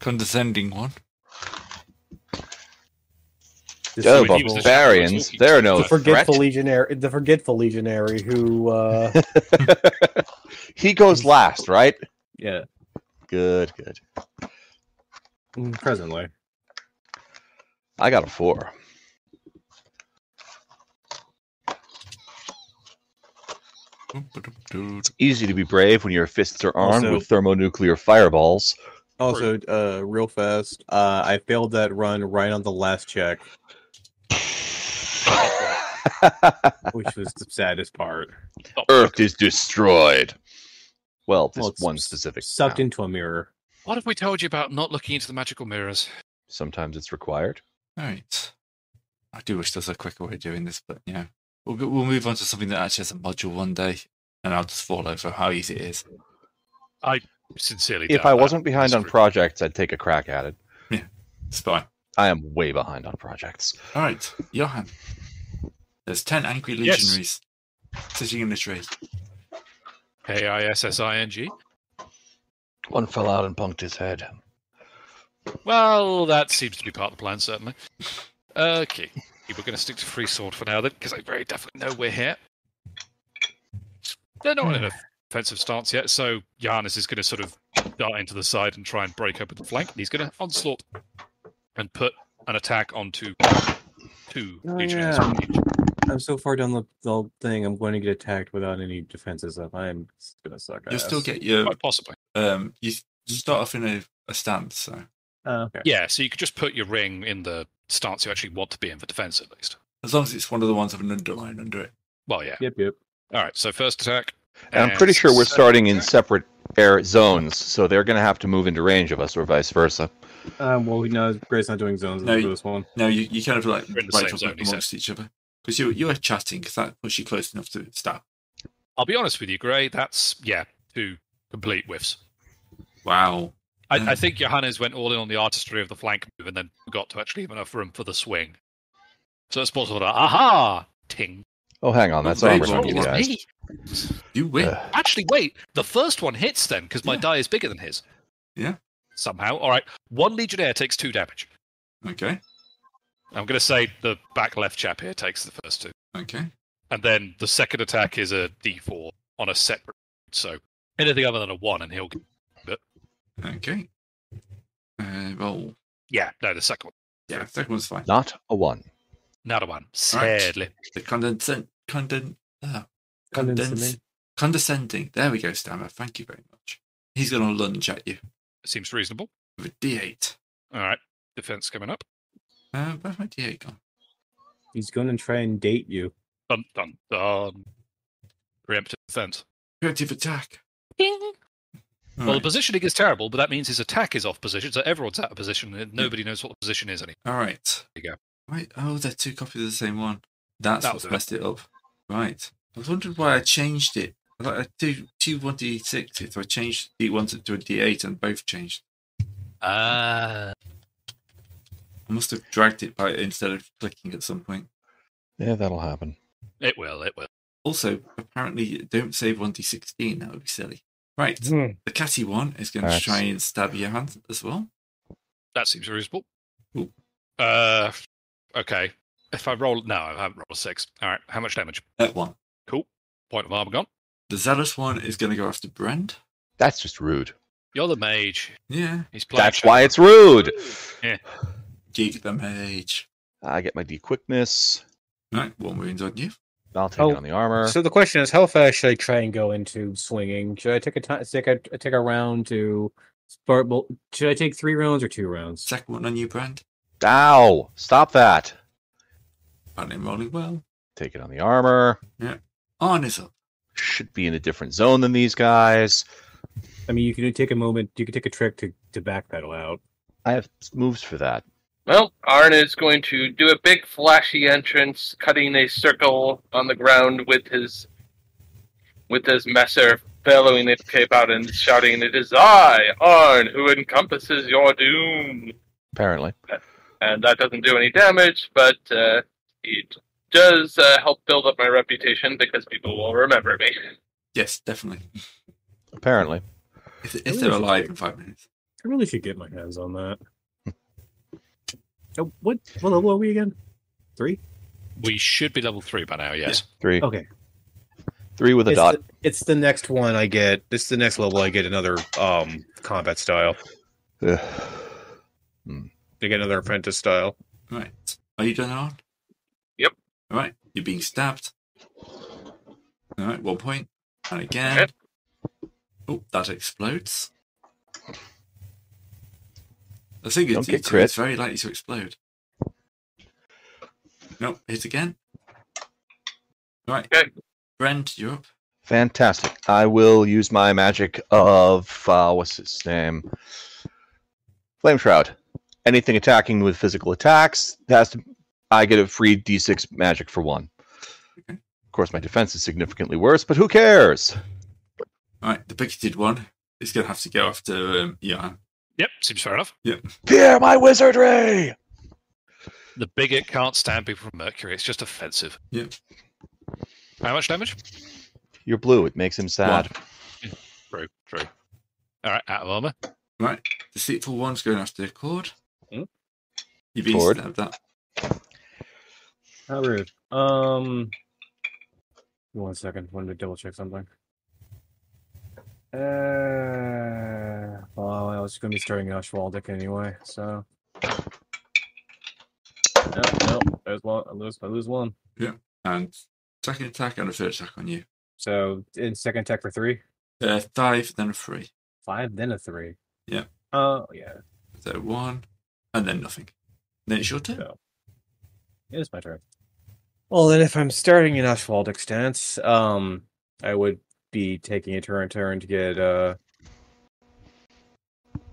Condescending one. This Oh, is but he was evil. the- barbarians. They're no The the threat. forgetful legionary. The forgetful legionary who. uh he goes last, right? Yeah. Good, good. mm, Presently. I got a four. Easy to be brave when your fists are armed Also- with thermonuclear fireballs. Also, uh, real fast. Uh, I failed that run right on the last check, which was the saddest part. Earth is destroyed. Well, this Well, it's one s- specific. Sucked town. into a mirror. What have we told you about not looking into the magical mirrors? Sometimes it's required. Right. I do wish there was a quicker way of doing this, but yeah. We'll, go- we'll move on to something that actually has a module one day, and I'll just fall over how easy it is. Sincerely, If doubt I that. wasn't behind That's on true. projects, I'd take a crack at it. It's fine. I am way behind on projects. All right, Johan. There's 10 angry Yes. legionaries sitting in a tree. K I S S I N G. One fell out and punked his head. Well, that seems to be part of the plan, certainly. Okay. We're going to stick to free sword for now, then, because I very definitely know we're here. They're not in an offensive stance yet, so Johannes is going to sort of dart into the side and try and break open the flank. And he's going to onslaught and put an attack onto two Oh, yeah. legionaries. from each. I'm so far down the, the thing. I'm going to get attacked without any defenses up. I'm just gonna suck. You'll still ass. get your. Quite possibly. um. You start off in a, a stance, so. Uh, okay. Yeah, so you could just put your ring in the stance you actually want to be in for defense, at least. As long as it's one of the ones with an underline under it. Well, yeah. Yep. Yep. All right, so first attack. And I'm pretty sure we're second starting in attack. separate air zones, so they're going to have to move into range of us, or vice versa. Um, well, no, Gray's not doing zones No, for you- this one. No, you, you kind of like We're in the right same up zone, he said. amongst each other. Because you, you were chatting, because that pushed you close enough to stab. I'll be honest with you, Gray. That's yeah, two complete whiffs. Wow. I, I Mm. think Johannes went all in on the artistry of the flank move and then forgot to actually have enough room for the swing. So it's more sort of aha ting. Oh, hang on. That's They armor, rolled not it. DI. me. You win. Ugh. Actually, wait. The first one hits then because my die is bigger than his. Yeah. Somehow. All right. One Legionnaire takes two damage. Okay. I'm going to say the back left chap here takes the first two. Okay. And then the second attack is a d4 on a separate. So anything other than a one, and he'll. Okay. Uh, roll. Yeah, no, the second one. Yeah, second one's fine. Not a one. Not a one. right. Sadly. The condescend, conden, uh, condens, Condescending. condescending. There we go, Stammer. Thank you very much. He's going to lunge at you Seems reasonable. with a D8. All right. Defense coming up. Uh, where's my D8 gone? He's going to try and date you. Dun, dun, dun. Preemptive defense. Creative attack. All Well, right. the positioning is terrible, but that means his attack is off position, so everyone's out of position, and nobody knows what the position is anymore. All right. There you go. Right. Oh, they're two copies of the same one. That's That what's was it. messed it up. Right. I was wondering why I changed it. Like I do two one D sixes, so I changed D one to a D eight, and both changed. Ah, I must have dragged it by instead of clicking at some point. Yeah, that'll happen. it will, it will. Also, apparently, don't save one D sixteen. That would be silly. Right. Hmm. The catty one is going to Alright. try and stab your hand as well. That seems reasonable. Ooh. Uh, okay. If I roll, no, I haven't rolled a six. All right, how much damage? That one. Cool. Point of armor gone. The zealous one is going to go after Brand. That's just rude. You're the mage. Yeah. He's playing. That's why it's rude. Gig the mage. I get my D quickness. Right. One wound on you. I'll take Oh, it on the armor. Uh, So the question is, how fast should I try and go into swinging? Should I take a time, take a take a round to start? bul- Should I take three rounds or two rounds? Second one on you, Brand. Ow! Stop that. And I'm rolling well. Take it on the armor. Arn is up. Should be in a different zone than these guys. I mean, you can take a moment. You can take a trick to to backpedal out. I have moves for that. Well, Arn is going to do a big flashy entrance, cutting a circle on the ground with his with his messer, bellowing its cape out and shouting, "It is I, Arn, who encompasses your doom." Apparently. And that doesn't do any damage, but uh, it does uh, help build up my reputation because people will remember me. Yes, definitely. Apparently. If, if they're Ooh. alive in five minutes. I really should get my hands on that. oh, what what level are we again? Three. We should be level three by now. Yes. Three. Okay. Three with a it's, dot. The, It's the next one I get. It's the next level I get another um combat style. Ugh. I get another apprentice style. Right. Are you done, Arn? Yep. All right. You're being stabbed. All right. One point. And again. Okay. Oh, that explodes. I think Don't it's, get it's, crit. it's very likely to explode. Nope. Hit again. Right. Okay. Brent, you're up. Fantastic. I will use my magic of uh, what's its name? Flame Shroud. Anything attacking with physical attacks has to. I get a free D6 magic for one. Okay. Of course, my defense is significantly worse, but who cares? All right. The picketed one is going to have to go after um, Jan. Yep. Seems fair enough. Fear my wizardry. The bigot can't stand people from Mercury. It's just offensive. Yep. How much damage? You're blue. It makes him sad. True. True. All right. Out of armor. Right. Deceitful one's going after the cord. Hmm. You've been Cord. stabbed at. how rude. Um, one second. Wanted to double check something. Uh, well, I was going to be starting Ashwaldic anyway, so. No, no, there's one. I lose. I lose one. And second attack and a third attack on you. So in second attack for three, Uh, dive, then a three. five, then a three. Yeah. Oh yeah. So one, and then nothing. Then it's your turn. Yeah. It is my turn. Well, then, if I'm starting in Ashwaldic stance, um, I would be taking a turn turn to get uh.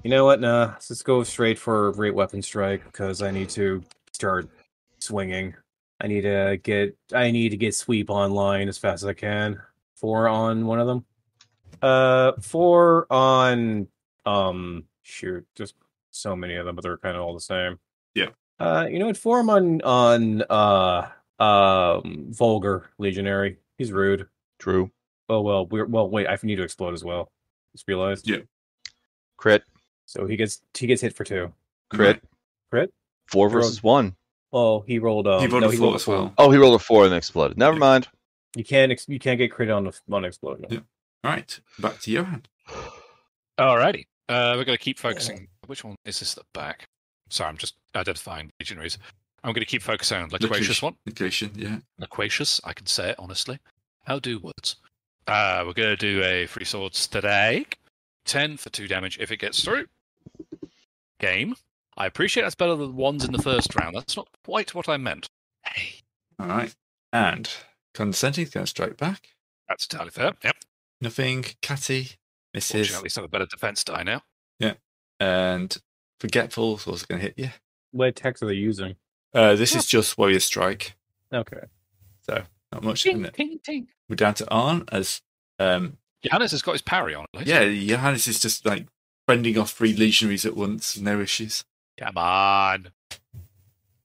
You know what? Nah, let's just go straight for great weapon strike because I need to start swinging. I need to get I need to get sweep online as fast as I can. Four on one of them. Uh, four on um. Shoot, just so many of them, but they're kind of all the same. Uh, you know what? Forum on on uh um, vulgar legionary. He's rude. True. Oh well, we're well. Wait, I need to explode as well. Just realized. Yeah. Crit. So he gets he gets hit for two. Crit. Crit? Four You're versus one. Well, he rolled. Um, he rolled no, a he four rolled as well. Oh, he rolled a four and then exploded. Never Yeah. mind. You can't ex- you can't get crit on the on explosion. Yeah. Right, back to Johan. Alrighty. Uh, we're going to keep focusing. Which one is this at the back? Sorry, I'm just identifying legionaries. I'm going to keep focusing on the Location. gracious one. Negation, yeah. loquacious. I can say it honestly. How do words? Uh, we're going to do a free swords today. 10 for 2 damage if it gets through. Game. I appreciate that's better than the ones in the first round. That's not quite what I meant. Hey, All right. And consenting's going to strike back. that's entirely fair. Yep. Nothing. Catty misses. Fortunately, at least I have a better defense die now. And Forgetful's also going to hit you. What attacks are they using? Uh, this is just Warrior Strike. Okay. Not much, Ting, isn't it? ting, ting. We're down to Arn as. Um, Johannes has got his parry on at least. yeah, Johannes is just like fending off three legionaries at once, no issues. Come on.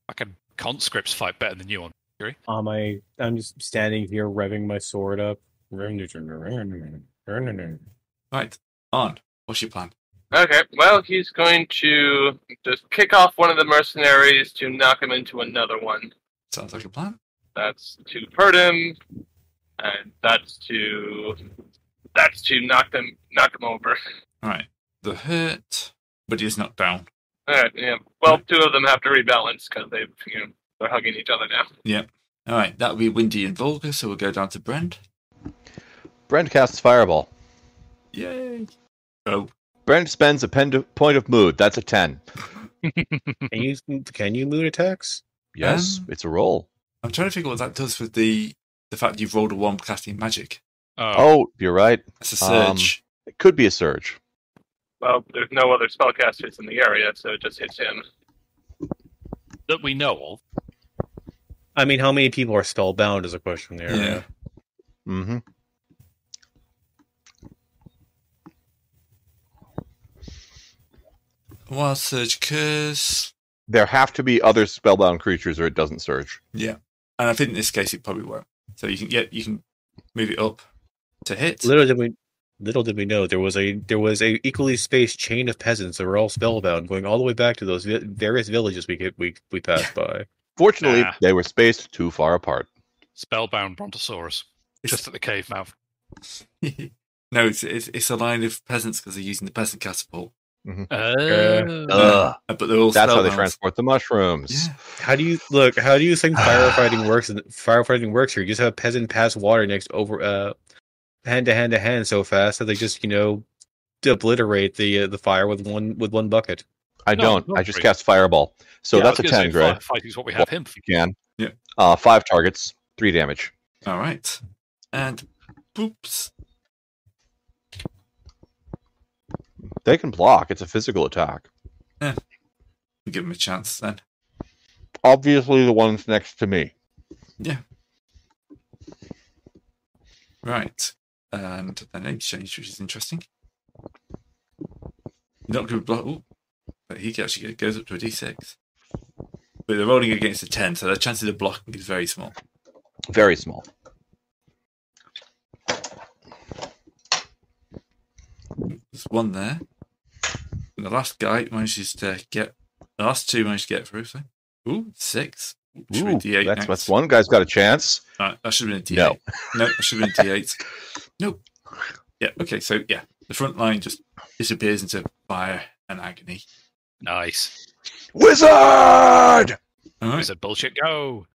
I can conscripts fight better than you on. Um, I I'm just standing here revving my sword up. Well, Right. Arn, what's your plan? Okay, well, he's going to just kick off one of the mercenaries to knock him into another one. Sounds like a plan. That's to hurt him, and that's to that's to knock them knock him over. All right. The hurt, but he is knocked down. All right, yeah. Well, two of them have to rebalance because they you know, they're hugging each other now. All right. That'll be windy and vulgar, so we'll go down to Brend. Brent casts fireball. Yay. Oh, Brent spends a pen point of mood. That's a ten. Can you can you mood attacks? Yes, Um, it's a roll. I'm trying to figure what that does with the the fact you've rolled a one casting magic. Oh, Oh, you're right. That's a Um, surge. It could be a surge. Well, there's no other spellcasters in the area, so it just hits him. that we know of. I mean, how many people are spellbound is a question there. yeah. Mm-hmm. Wild surge curse. There have to be other spellbound creatures, or it doesn't surge. Yeah. And I think in this case it probably won't. So you can yeah, you can move it up to hit. Little did we little did we know there was a there was a equally spaced chain of peasants that were all spellbound, going all the way back to those vi- various villages we could, we we passed by. Fortunately, Ah. they were spaced too far apart. Spellbound Brontosaurus. It's- Just at the cave mouth. no, it's, it's it's a line of peasants because they're using the peasant catapult. Oh. Ugh. Uh, but they're all That's how they spellbound. transport the mushrooms. Yeah. How do you look? How do you think firefighting works? in- Firefighting works here. You just have a peasant pass water next over uh, hand to hand to hand so fast that they just you know obliterate the uh, the fire with one with one bucket. I No, don't. no, I just great. cast fireball. So Yeah, I that's a was gonna say, ten, Gray. fi- Fighting's what we have him for. You can. Yeah. Uh, five targets, three damage. All right. And boops. They can block. It's a physical attack. We'll give him a chance then. Obviously, the ones next to me. Right. And their name's changed, which is interesting. Not going to block. Ooh, but he actually goes up to a d6. But they're rolling against a 10, so their chances of blocking is very small. Very small. There's one there. And the last guy manages to get. The last two managed to get through. So. Ooh, six. Should be Ooh, D8 that's, next. that's one guy's got a chance. Uh, that should have been a No. D8. No, that should have been a D8. Nope. Yeah, okay, so yeah, the front line just disappears into fire and agony. Nice. Wizard! All right. It's a bullshit go.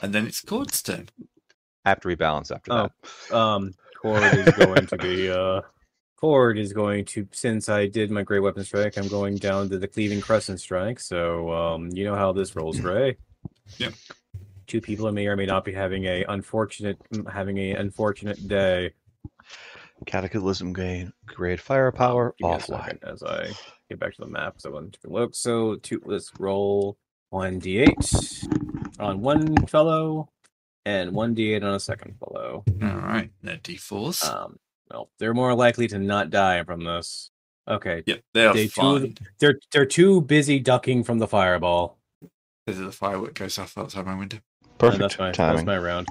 And then it's Cord's turn. I have to rebalance after Oh. that. Um, Cord is going to be uh, Cord is going to since I did my great weapon strike, I'm going down to the cleaving crescent strike. So um, you know how this rolls, Ray. Yep. Two people may or may not be having a unfortunate having a unfortunate day. Cataclysm gain, grade firepower, Give me a offline. second As I get back to the map, so I want to take a look. So two, let's roll one d8 on one fellow and one d8 on a second fellow. All right, they're d4s. Uh, Um, well, they're more likely to not die from this. Okay, yep, they are they two of fine. they're they're too busy ducking from the fireball. Uh, Because the firework goes off outside my window. Perfect that's my timing. that's my round.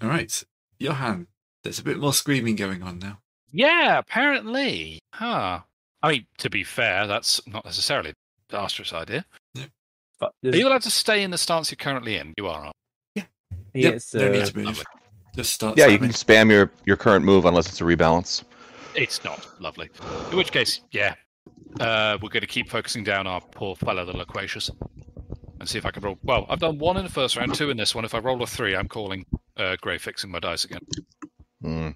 All right, Johan. There's a bit more screaming going on now. Yeah, apparently. Huh. I mean, to be fair, that's not necessarily a disastrous idea. But Are you allowed to stay in the stance you're currently in? You are. aren't Yep, yes, no need uh, to move. lovely. Just start. Yeah, you can slamming. spam your, your current move unless it's a rebalance. you? It's not. Lovely. In which case, yeah. Uh, we're going to keep focusing down our poor fellow, the loquacious, and see if I can roll. Well, I've done one in the first round, two in this one. If I roll a three, I'm calling uh, Gray fixing my dice again. Hmm.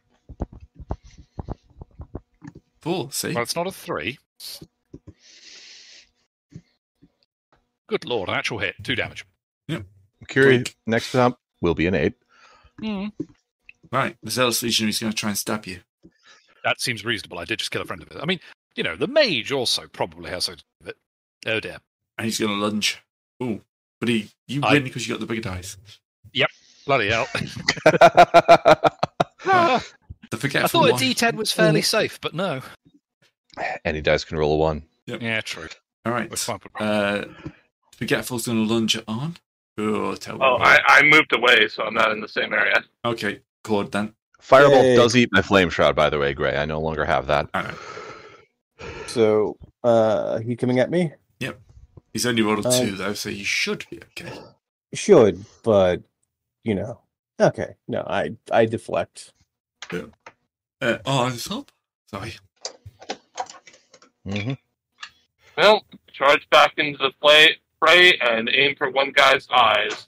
Four. See, Well, it's not a three. Good lord, an actual hit. Two damage. I'm curious. Blink. Next up will be an eight. Mm. right. The zealous legionary's going to try and stab you. That seems reasonable. I did just kill a friend of it. I mean, you know, the mage also probably has a bit. Oh dear. and he's going to lunge. Ooh, but he you I- win because you got the bigger dice. Bloody hell. The I forgetful thought a one. D10 was fairly safe, but no. Any dice can roll a one. Yeah, true. All We're right, fine. uh, forgetful's going to lunge at Arn. Oh, tell Oh, me. I, I moved away, so I'm not in the same area. okay, Cord then. Firebolt Yay. does eat my flame shroud, by the way, Gray. I no longer have that. I know. So, uh, he coming at me? He's only rolled a Uh, two though, so you should be okay. Should, but you know, okay. No, I I deflect. Uh, Arn's up. Sorry. hmm Well, charge back into the play, fray and aim for one guy's eyes.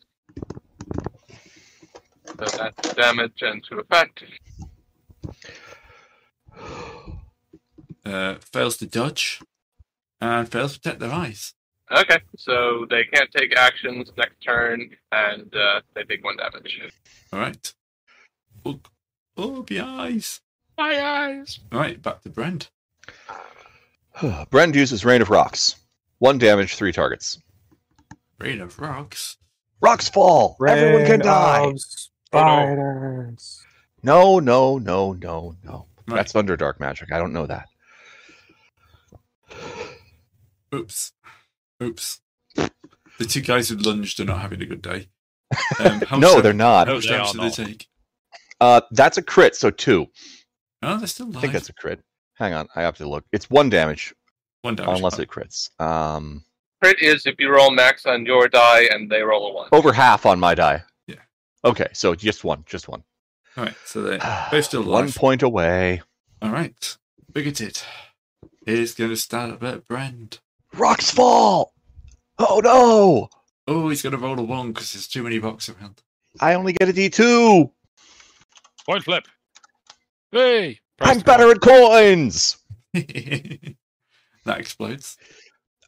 So that's damage and to effect. Uh, fails to dodge and fails to protect their eyes. Okay, so they can't take actions next turn, and uh, they take one damage. All right. Oh, oh, the eyes. My eyes. All right, back to Brand. Brend uses Rain of Rocks. One damage, three targets. Rain of rocks. Rocks fall. Everyone can Rain die. of Spiders. No, no, no, no, no. Right. That's Underdark magic. I don't know that. Oops. Oops. The two guys who lunged are not having a good day. Um, how no, much they're dam- not. How much They damage are did they not. take? Uh, that's a crit, so two. Oh, they're still alive. I think that's a crit. Hang on, I have to look. It's one damage One Oh, damage. unless it crits. Um, Crit is if you roll max on your die and they roll a one. over half on my die. Yeah. Okay, so just one, just one. All right, so they're both still one alive. point away. All right. Bigoted. He's going to stab at Brand. Rocks fall. Oh no! Oh, he's going to roll a one because there's too many rocks around. I only get a D two. Point flip. Hey. I'm better at coins. that explodes.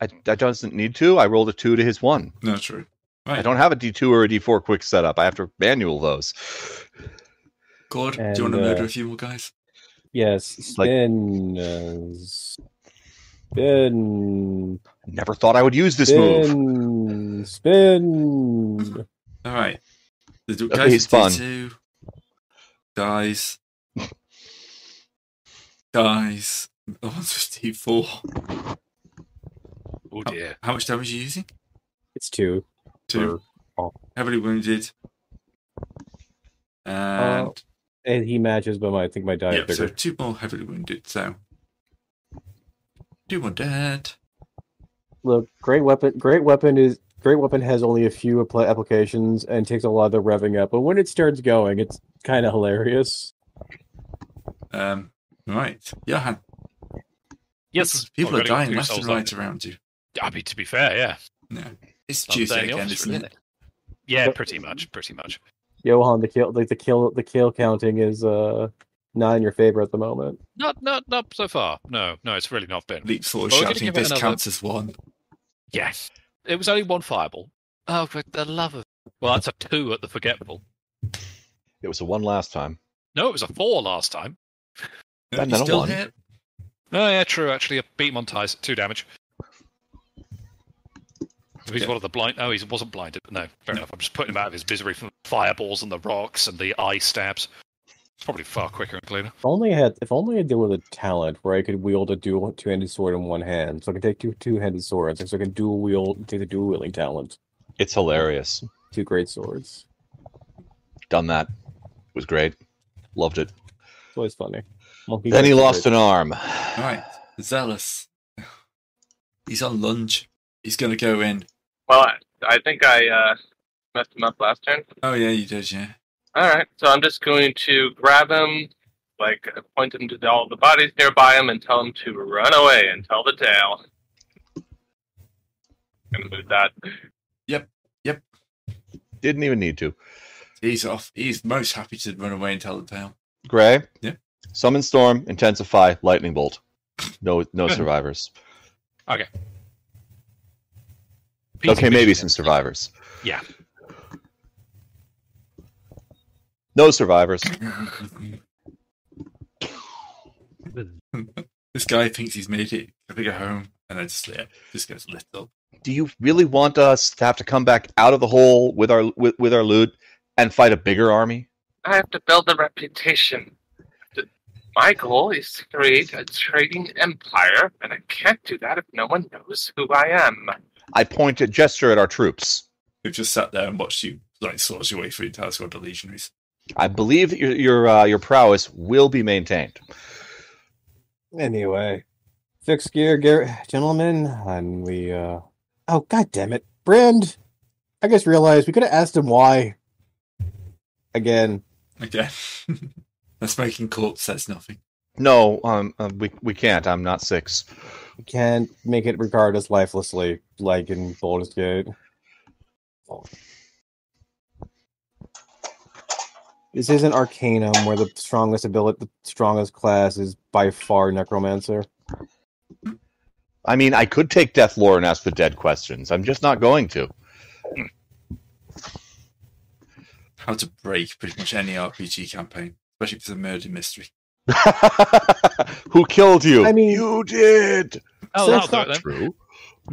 I, that doesn't need to. I rolled a two to his one. No, true. Right. I don't have a D two or a D four quick setup. I have to manual those. Cord, do you want And, to murder uh, a few more guys? Yes, Like- spin, uh, spin, Never thought I would use this move. spin, spin. All right. The d- Okay, guys he's with fun. D2 dies. dies. The one's with D4. Oh dear. How much damage are you using? It's two. Two. Oh. Heavily wounded. Oh, And And he matches, but my, I think my die yeah, is so bigger. two more heavily wounded. So two more dead. Look, great weapon. Great weapon is great weapon has only a few appl- applications and takes a lot of the revving up. But when it starts going, it's kind of hilarious. Um, right, Johan. Yes. people, people I've are got to get dying two left souls and left. right around you. I mean, to be fair, yeah. No, it's Well, Tuesday they're in the again, office, isn't really, it? Yeah, Yep. pretty much. Pretty much. Johan, the kill, like the kill, the kill counting is uh not in your favor at the moment. Not, not, not so far. No, no, it's really not been. Leap sort of Well, we're gonna shouting, give it "This another- counts as one." Yes. It was only one fireball. Oh, for the love of. Well, that's a two at the forgetful. It was a one last time. No, it was a four last time. No, And you then a still one. hit. Oh, yeah, true. Actually, a beat him on ties, two damage. He's Yeah. one of the blind. Oh, he wasn't blinded. No, fair enough. I'm just putting him out of his misery from the fireballs and the rocks and the eye stabs. It's probably far quicker and cleaner. If only I had, if only I deal with a talent where I could wield a dual two-handed sword in one hand, so I can take two two-handed swords, so I can dual wield, take the dual wielding talent. It's hilarious. two great swords. Done that. It was great. Loved it. It's always funny. Monkey then he goes to lost great- an arm. All right, zealous. He's on lunge. He's gonna go in. Well, I, I think I uh, messed him up last turn. Oh yeah, you did, yeah. All right, so I'm just going to grab him, like uh, point him to all the bodies nearby him, and tell him to run away and tell the tale. Gonna move that. Didn't even need to. He's off. He's most happy to run away and tell the tale. Gray. Yeah. Summon storm. Intensify. Lightning bolt. No, no Good. survivors. Piece okay, of maybe shit. some survivors. Yeah. No survivors. this guy thinks he's made it. I think at home, and I just yeah, just gets lit up. Do you really want us to have to come back out of the hole with our with, with our loot and fight a bigger army? I have to build a reputation. Th- My goal is to create a trading empire, and I can't do that if no one knows who I am. I point a gesture at our troops. They've just sat there and watched you like sort your way through the entire squad of legionaries. I believe that your your uh, your prowess will be maintained. Anyway, fixed gear, gear, gentlemen, and we. uh Oh god damn it, Brand! I just realized we could have asked him why. Again, Okay. That's making corpse says nothing. No, um, uh, we we can't. I'm not six. we can't make it regard as lifelessly, like in Baldur's Gate. This isn't Arcanum, where the strongest ability, the strongest class, is by far Necromancer. I mean, I could take death lore and ask the dead questions. I'm just not going to. How to break pretty much any RPG campaign, especially if it's a murder mystery. Who killed you? I mean- you did. Oh, So that'll it's do not it then. True.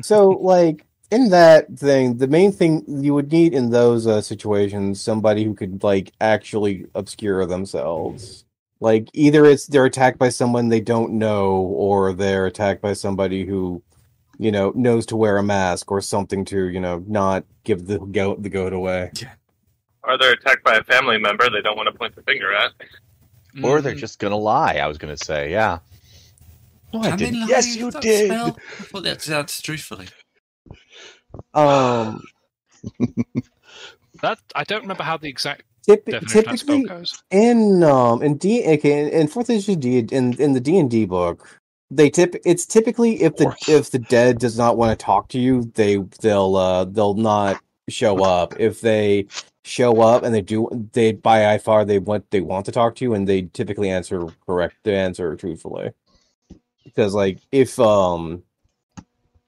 so like in that thing the main thing you would need in those uh, situations somebody who could like actually obscure themselves like either it's they're attacked by someone they don't know or they're attacked by somebody who you know knows to wear a mask or something to you know not give the goat the goat away Or they're attacked by a family member they don't want to point the finger at. Mm. Or they're just gonna lie. I was gonna say, yeah. No, I Can they didn't. lie Yes, with you that did. Spell? I thought they had to answer truthfully. um That I don't remember how the exact typ- definition of that spell typically goes. in um in D okay, in, in fourth edition D in in the D and D book, they tip it's typically if the if the dead does not want to talk to you, they they'll uh they'll not show up. If they show up and they do they by far they want they want to talk to you and they typically answer correct they answer truthfully. Because like if um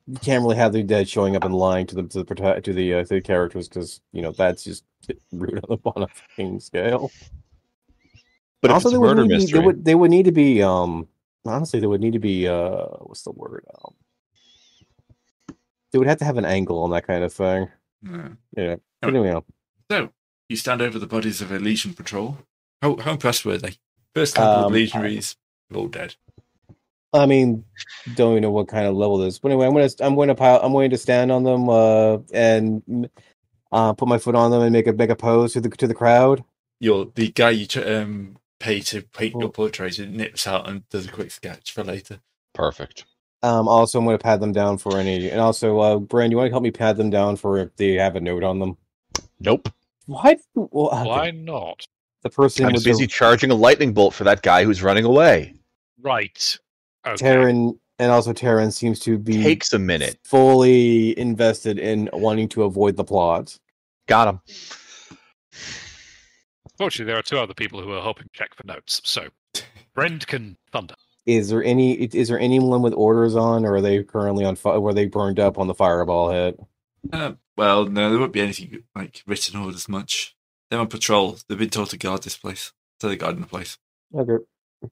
you can't really have the dead showing up and lying to them to the prota- to the uh, to the characters because you know that's just rude on the on a fucking scale But if also, it's they a would murder need to be- mystery, They would, they would need to be um honestly they would need to be uh what's the word? Um, they would have to have an angle on that kind of thing. Yeah. Yeah. Yeah. But anyhow, So, you stand over the bodies of a Legion patrol. How, how impressed were they? First level Um, of legionaries, they're all dead. I mean, don't even know what kind of level this. But anyway, I'm gonna I'm going to pile I'm going to stand on them uh and uh put my foot on them and make a make a pose to the to the crowd. You're the guy you tr- um, pay to paint Oh. your portrait and nips out and does a quick sketch for later. perfect. Um, also, I'm going to pat them down for any. And also, uh, Brand, you want to help me pat them down for if they have a note on them? Nope. Why? do- Well, okay, Why not? The person I'm with busy the charging a lightning bolt for that guy who's running away. Right. Okay. Taryn and also Taryn seems to be Takes a minute. fully invested in wanting to avoid the plot. Got him. Fortunately, there are two other people who are helping check for notes. So, Brend can thunder. Is there any is there anyone with orders on, or are they currently on fire? Were they burned up on the fireball hit? Uh, well, no, there won't be anything like written or as much. They're on patrol. They've been told to guard this place, so they're guarding the place. Okay.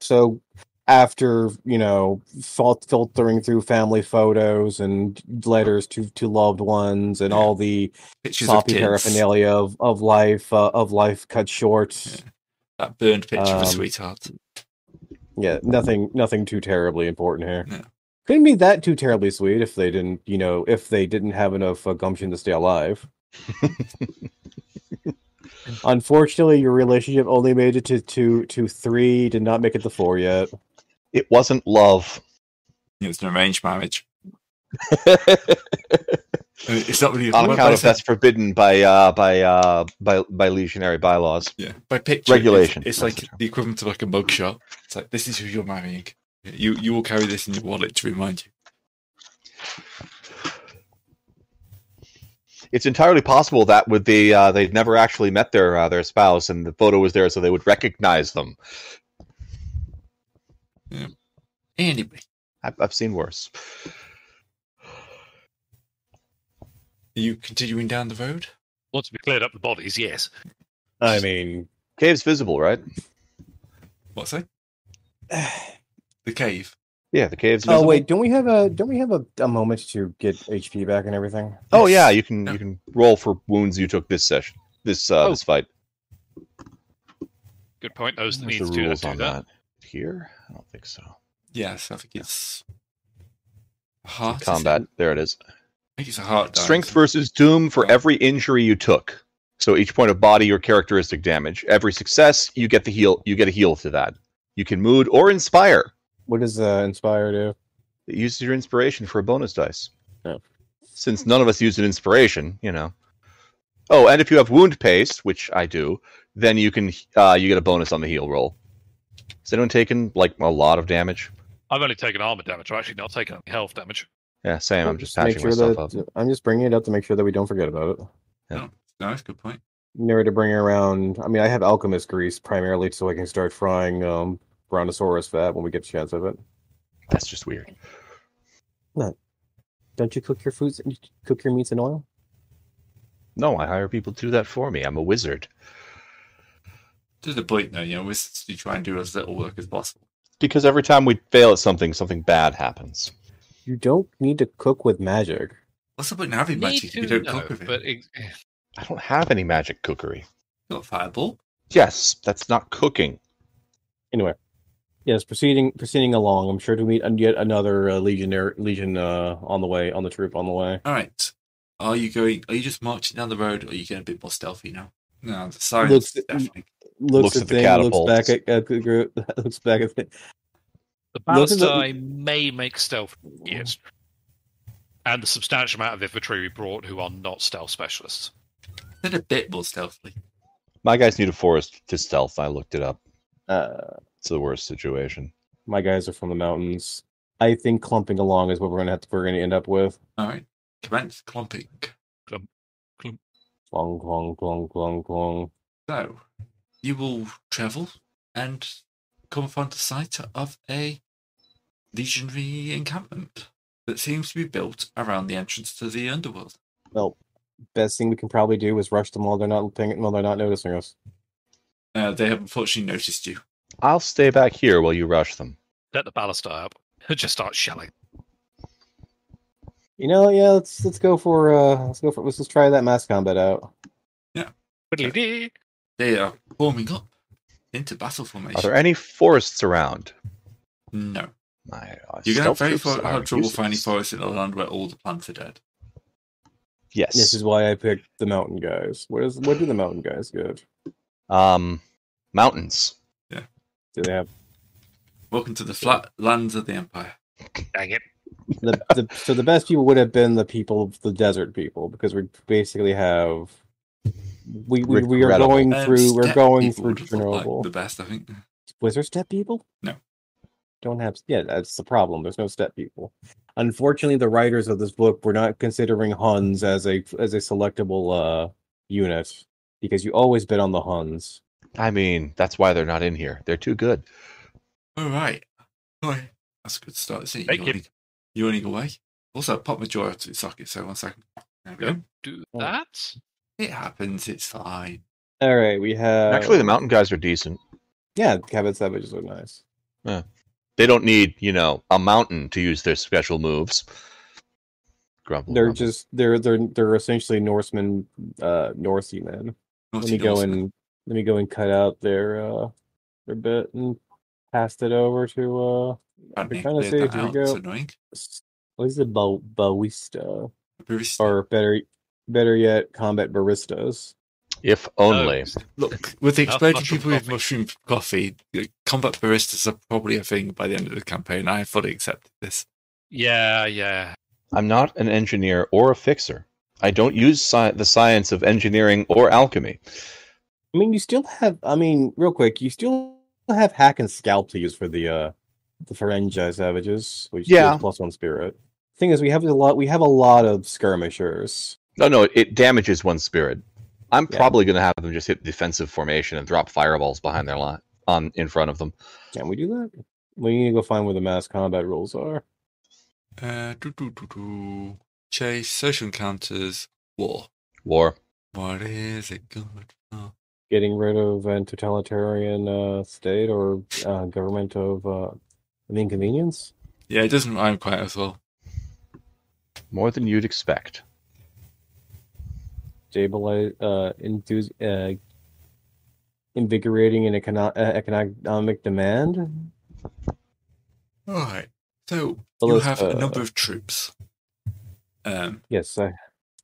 So after you know fil- filtering through family photos and letters to to loved ones and all the Pictures sloppy of kids, paraphernalia of of life uh, of life cut short. Yeah. that burned picture of Um, a sweetheart. Yeah, nothing nothing too terribly important here. No. Couldn't be that too terribly sweet if they didn't, you know, if they didn't have enough uh, gumption to stay alive. Unfortunately, your relationship only made it to to to three. Did not make it to four yet. It wasn't love. It was an arranged marriage. On I mean, It's not really what account of if I that's forbidden by uh, by uh, by by legionary bylaws. Yeah, by picture it's- Regulation. It's, That's the like term. the equivalent of like a mugshot. It's like this is who you're marrying. You you will carry this in your wallet to remind you. It's entirely possible that with the uh, they'd never actually met their uh, their spouse, and the photo was there, so they would recognize them. Anyway, I've, I've seen worse. are you continuing down the road? Once we cleared up the bodies, yes. I mean, Cave's visible, right? What's that? The cave. Yeah, the cave's oh visible. wait, don't we have a don't we have a, a moment to get HP back and everything? Oh yeah, you can Yeah. you can roll for wounds you took this session, this uh, Oh. this fight. Good point. Those that Where's need to do that, do that. Here, I don't think so. Yes, I think it's a heart. is it? Combat. There it is. I think it's a heart. die, Strength isn't it? versus Doom for every injury you took. So each point of body or characteristic damage. Every success, you get the heal. You get a heal to that. You can mood or inspire. What does uh, inspire do? It uses your inspiration for a bonus dice. Oh. Since none of us use an inspiration, you know. Oh, and if you have wound paste, which I do, then you can uh, you get a bonus on the heal roll. Has anyone taken like a lot of damage? I've only taken armor damage. I've actually not taken any health damage. Yeah, same. I'm just make patching sure myself up. that I'm just bringing it up to make sure that we don't forget about it. No, that's a good point. Never to bring around. I mean, I have alchemist grease primarily so I can start frying um brontosaurus fat when we get a chance of it. That's just weird. Don't you cook your foods? You cook your meats in oil? No, I hire people to do that for me. I'm a wizard. To the point, though, you know, we s- we try and do as little work as possible. Because every time we fail at something, something bad happens. You don't need to cook with magic. What's the point in having magic if you Need to don't know, cook with it? But it, I don't have any magic cookery. Not fireball. Yes, that's not cooking. Anyway, yes, proceeding proceeding along. I'm sure to meet an- yet another uh, legionnaire legion uh, on the way on the troop on the way. All right. Are you going? Are you just marching down the road? Or are you getting a bit more stealthy now? No, the sirens Looks- definitely. Looks Looks, at, at the thing, catapult. looks back at, at the group. looks back at the, the Look at ballast the- die may make stealth. Yes. And the substantial amount of infantry we brought who are not stealth specialists. Then a bit more stealthily. My guys need a forest to stealth. I looked it up. uh, It's the worst situation. my guys are from the mountains. I think clumping along is what we're gonna have to, we're gonna end up with. All right. Commence clumping. Clong clong clong clong clong. So, you will travel and come upon the site of a legionary encampment that seems to be built around the entrance to the underworld. Well, best thing we can probably do is rush them while they're not paying, while they're not noticing us. Uh, they have unfortunately noticed you. I'll stay back here while you rush them. Let the ballast die up. Just start shelling. You know, yeah, let's let's go for uh, let's go for let's just try that mass combat out. Fiddly-dee. They are forming up into battle Are formation. there any forests around? no. My, uh, You're going stealth to very troops far, are have trouble finding useless. forests in a land where all the plants are dead. Yes. This is why I picked the mountain guys. What is what do the mountain guys get? um, mountains. Do they have Welcome to the flat lands of the Empire. Dang it. the, the so the best people would have been the people the desert people because we basically have we we, we are Regrettable. going Um, through we're step going people through would look like Chernobyl. the best, I think. Was there step people? No. Don't have yeah, that's the problem. There's no step people. Unfortunately, the writers of this book were not considering Huns as a as a selectable uh unit because you always bet on the Huns. I mean, that's why they're not in here. They're too good. All right. All right. That's a good start, isn't it? Thank you. yawning, Yawning away. Also, I popped my jaw out of its socket, so one second. There we go. Do Oh. that. It happens, it's fine. All right, we have Actually, the mountain guys are decent. yeah, Cabot Savages look nice. They don't need, you know, a mountain to use their special moves. Grumble. They're grumble. just they're they're they're essentially Norsemen, uh, Norsemen. Let Naughty me go Norseman. and let me go and cut out their uh their bit and passed it over to uh Pardon me, trying to cleared that see if we out, go- It's annoying. s- what is it bo- boista Barista. or better better yet combat baristas. If only. No. Look, with the Enough exploding mushroom people with coffee. mushroom coffee, the combat baristas are probably a thing by the end of the campaign. I fully accept this. Yeah, yeah. I'm not an engineer or a fixer. I don't use sci- the science of engineering or alchemy. I mean, you still have. I mean, real quick, you still have hack and scalp to use for the uh the Ferengi savages, which Yeah. gives plus one spirit. Thing is, we have a lot. We have a lot of skirmishers. No, no, it, it damages one spirit. I'm Yeah. probably going to have them just hit defensive formation and drop fireballs behind their line on in front of them. Can we do that? We need to go find where the mass combat rules are. Uh, do, do, do, do. Chase, social encounters, war. War. What is it good for? Getting rid of an totalitarian uh, state or uh, government of uh, an inconvenience. Yeah, it doesn't rhyme quite as well. More than you'd expect. stabilize uh, enthus- uh invigorating an econo- uh, economic demand All right. So Well, you it's, have uh, a number of troops. Um, yes i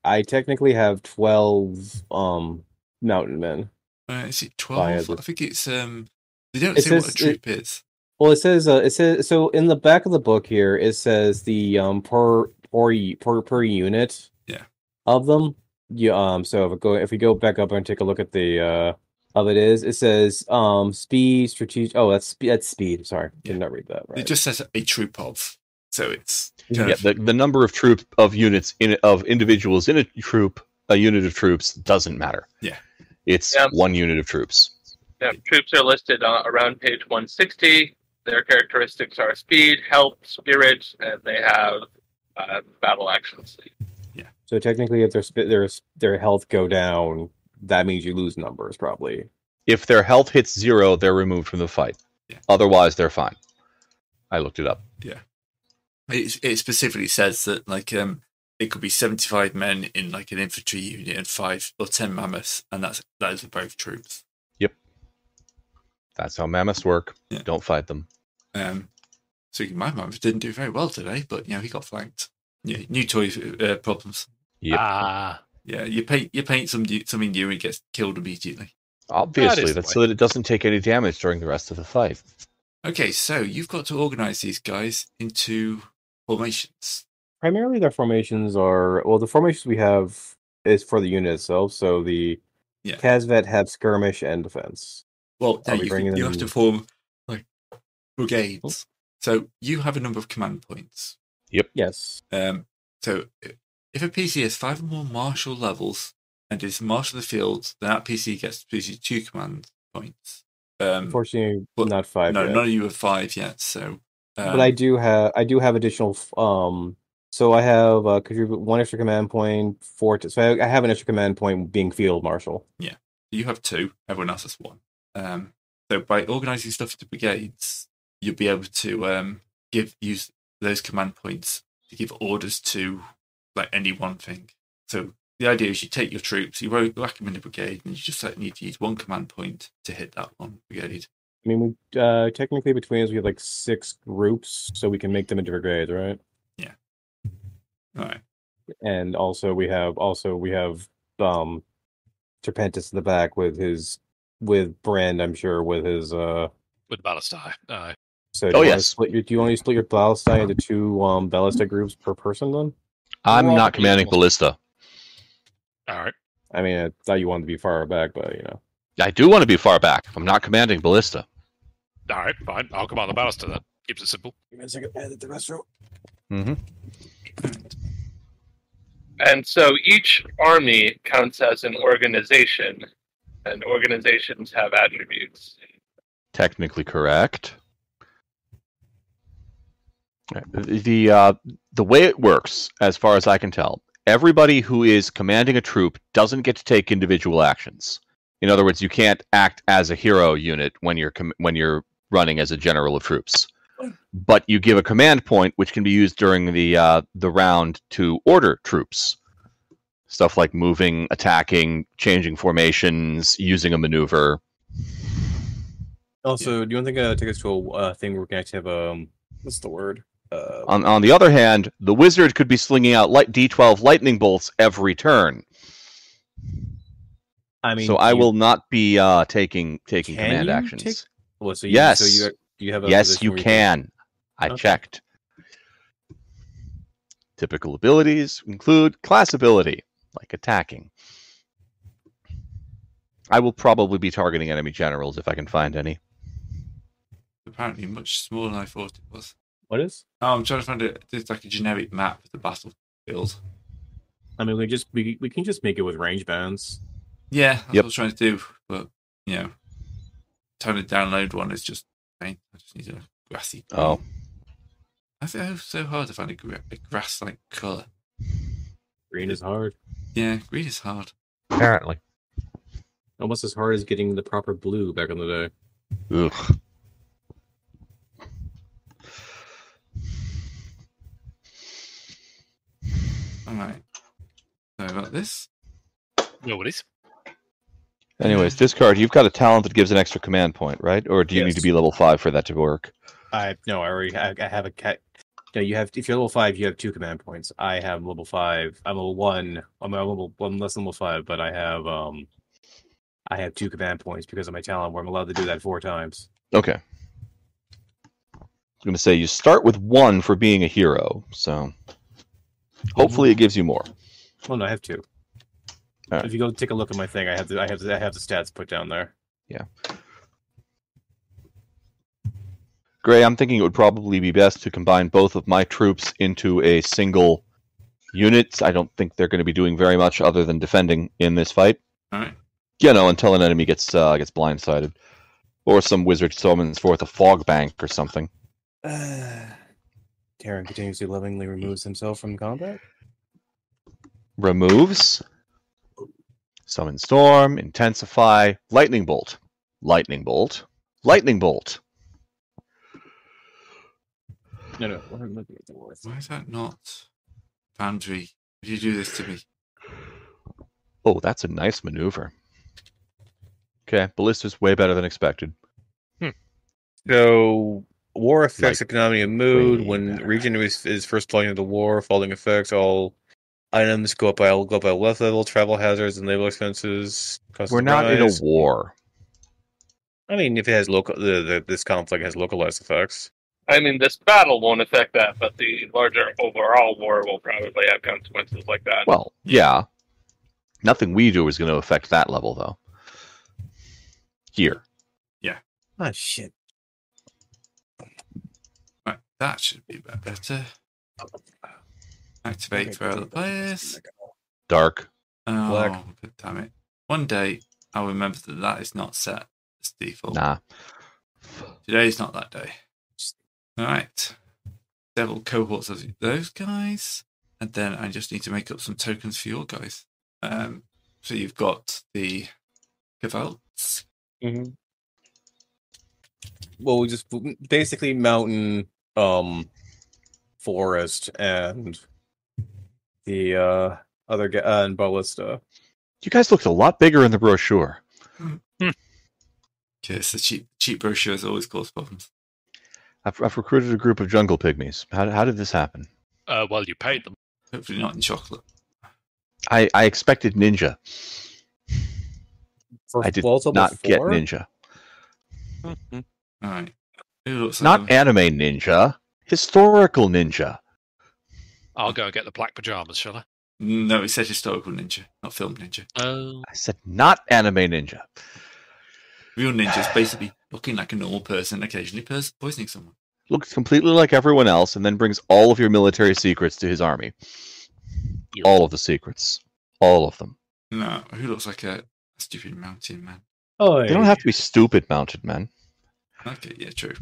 i technically have 12 um mountain men uh, is it By twelve? the- I think it's um. They don't It say what a says it- troop is. well it says uh, it says so in the back of the book here it says the um per per u- per, per unit Yeah. of them yeah um so if we go if we go back up and take a look at the uh of it is it says um speed strategic oh that's spe- that's speed sorry Yeah. did not read that right It just says a troop of. So it's kind Yeah, of- the, the number of troop of units in of individuals in a troop, a unit of troops doesn't matter. Yeah. It's Yeah. one unit of troops. Yeah, troops are listed uh, around page 160. Their characteristics are speed, health, spirit, and they have uh, battle actions. So technically, if their sp- their s- their health go down, that means you lose numbers probably. If their health hits zero, they're removed from the fight. Yeah. Otherwise, they're fine. I looked it up. it, it specifically says that like um it could be 75 men in like an infantry unit and five or 10 mammoths and that's those are both troops That's how mammoths work. Yeah. Don't fight them. um so my mammoth didn't do very well today but you know he got flanked yeah new toy uh, problems Yep. Ah, yeah you paint you paint some new- something new and it gets killed immediately Obviously, the that's way. so that it doesn't take any damage during the rest of the fight. okay so you've got to organize these guys into formations Primarily, their formations are well. The formations we have is for the unit itself. So the Yeah. Casvet have skirmish and defense. well no, Are we you, bringing can, you have them- Oh, to form like brigades so you have a number of command points Yes, Um, so, i- if a PC has five or more martial levels and is marshal of the field, then that PC gets PC two command points. Um, unfortunately, but- not five. no, yet. none of you have five yet. So, um, but I do have I do have additional. f- Um, so I have uh, contribute one extra command point for. T- so I, I have an extra command point being field marshal. you have two. Everyone else has one. Um, so, by organizing stuff into brigades, you'll be able to um, give use those command points to give orders to like any one thing. So. The idea is you take your troops, you ro- rack them in a brigade, and you just like, need to use one command point to hit that one brigade. I mean, we uh, technically between us we have like six groups, so we can make them into brigades, right? All right. and also we have also we have um Terpentis in the back with his with Brand, I'm sure, with his uh with the Ballastar. No. so do Oh, you wanna yes. split your do you only split your Ballastai into two um Ballista groups per person then? I'm Probably not commanding not. ballista. All right. I mean I thought you wanted to be far back, but you know. I do want to be far back. I'm not commanding ballista. All right. Fine. I'll command the Ballastar. That keeps it simple. Mm-hmm. And so each army counts as an organization, and organizations have attributes. Technically correct. The uh, the way it works, as far as I can tell, everybody who is commanding a troop doesn't get to take individual actions. In other words, you can't act as a hero unit when you're com- when you're running as a general of troops. But you give a command point, which can be used during the uh, the round to order troops. Stuff like moving, attacking, changing formations, using a maneuver. Also, do you want to take, uh, take us to a uh, thing where we can actually have um what's the word? Uh On, on the other hand, the wizard could be slinging out light D12 lightning bolts every turn. I mean, so I you- will not be uh, taking taking Can command you actions. take- Well, so you, Yes. So you, you have a yes, position you where can. I Okay. checked. Typical abilities include class ability, like attacking. I will probably be targeting enemy generals if I can find any. Apparently, much smaller than I thought it was. What is? Oh, I'm trying to find it. It's like a generic map of the battlefield. I mean, we just we, we can just make it with range bands. Yeah, that's Yep. what I was trying to do, but you know, trying to download one is just pain. I just need a grassy. Oh, I think it's so hard to find a, gra- a grass-like color. Green is hard, Yeah, green is hard. apparently. almost as hard as getting the proper blue back in the day. Ugh. All right. Sorry about this. No worries. Anyways, discard. You've got a talent that gives an extra command point, right? Or do you need to Yes. be level five for that to work? I no, I already I, I have a cat. No, you have if you're level five, you have two command points. I have level five. I'm level one. I'm a level I'm less than level five, but I have um, I have two command points because of my talent, where I'm allowed to do that four times. Okay. I'm gonna say you start with one for being a hero, so hopefully it gives you more. Well, Oh, no, I have two. All right. If you go take a look at my thing, I have the I have the, I have the stats put down there. Gray, I'm thinking it would probably be best to combine both of my troops into a single unit. I don't think they're going to be doing very much other than defending in this fight. Alright. You know, until an enemy gets uh, gets blindsided, or some wizard summons forth a fog bank or something. Taryn continuously lovingly removes himself from combat. Removes, summon storm, intensify, lightning bolt, lightning bolt, lightning bolt. No, no, we're looking at the words. Why is that not Foundry? Did you do this to me? Oh, that's a nice maneuver. Okay, ballista's way better than expected. So war effects, economy and mood. way When better. region is, is first deployed into war, falling effects, all items go up by go up by left level. Travel hazards and labor expenses. cost We're not in a rise. war. I mean, if it has local, the, the, this conflict has localized effects. I mean, this battle won't affect that, but the larger overall war will probably have consequences like that. Well, yeah. Nothing we do is going to affect that level, though. Here. Ah, shit. Right, that should be bet- better. Activate for other players. Dark. Oh, Black. God damn it. One day I'll remember that that is not set as default. Nah. Today's not that day. All right. Several cohorts of those guys. And then I just need to make up some tokens for your guys. Um, so you've got the Cavalts. Well, we just basically mountain, um, forest, and the uh other guy uh, and ballista. You guys looked a lot bigger in the brochure. Yes, the cheap, cheap brochures always cause problems. I've, I've recruited a group of jungle pygmies. How, how did this happen? Uh, well, you paid them. Hopefully not in chocolate. I, I expected ninja. For I did Volta not get before? ninja. All right. Who looks like Not them? anime ninja. Historical ninja. I'll go and get the black pajamas, shall I? No, it said historical ninja, not film ninja. Oh, I said not anime ninja. Real ninjas basically looking like a normal person, occasionally pers- poisoning someone. Looks completely like everyone else and then brings all of your military secrets to his army. All of the secrets. All of them. No, who looks like a stupid mountain man? They don't have to be stupid mounted men. Okay, yeah, true.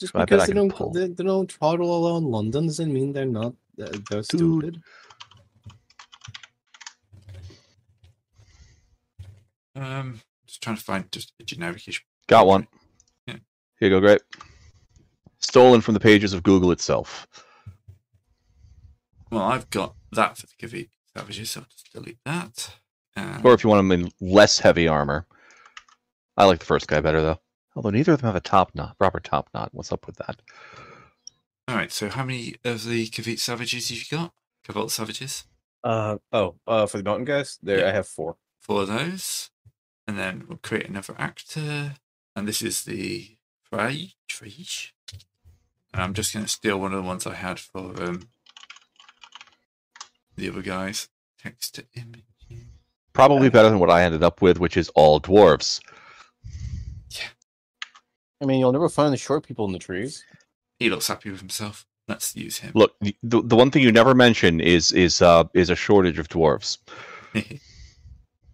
Just So I bet I because they can don't pull. they, they don't toddle around London doesn't mean they're not uh, they're stupid. Um, just trying to find just a generic ish. Got one. Yeah. Here you go, great. Stolen from the pages of Google itself. Well, I've got that for the Kavi Savages, so I'll just delete that. Um, Or if you want them in less heavy armor. I like the first guy better though. Although neither of them have a top knot, proper top knot. What's up with that? all right, so how many of the Kavit Savages have you got? Kavalt Savages? Uh, Oh, uh, for the mountain guys, there I have four. for those. And then we'll create another actor. And this is the Frage. Frage. And I'm just going to steal one of the ones I had for um, the other guys. Text to image. Probably better than what I ended up with, which is all dwarves. I mean, you'll never find the short people in the trees. He looks happy with himself. Let's use him. Look, the, the one thing you never mention is is uh, is a shortage of dwarves.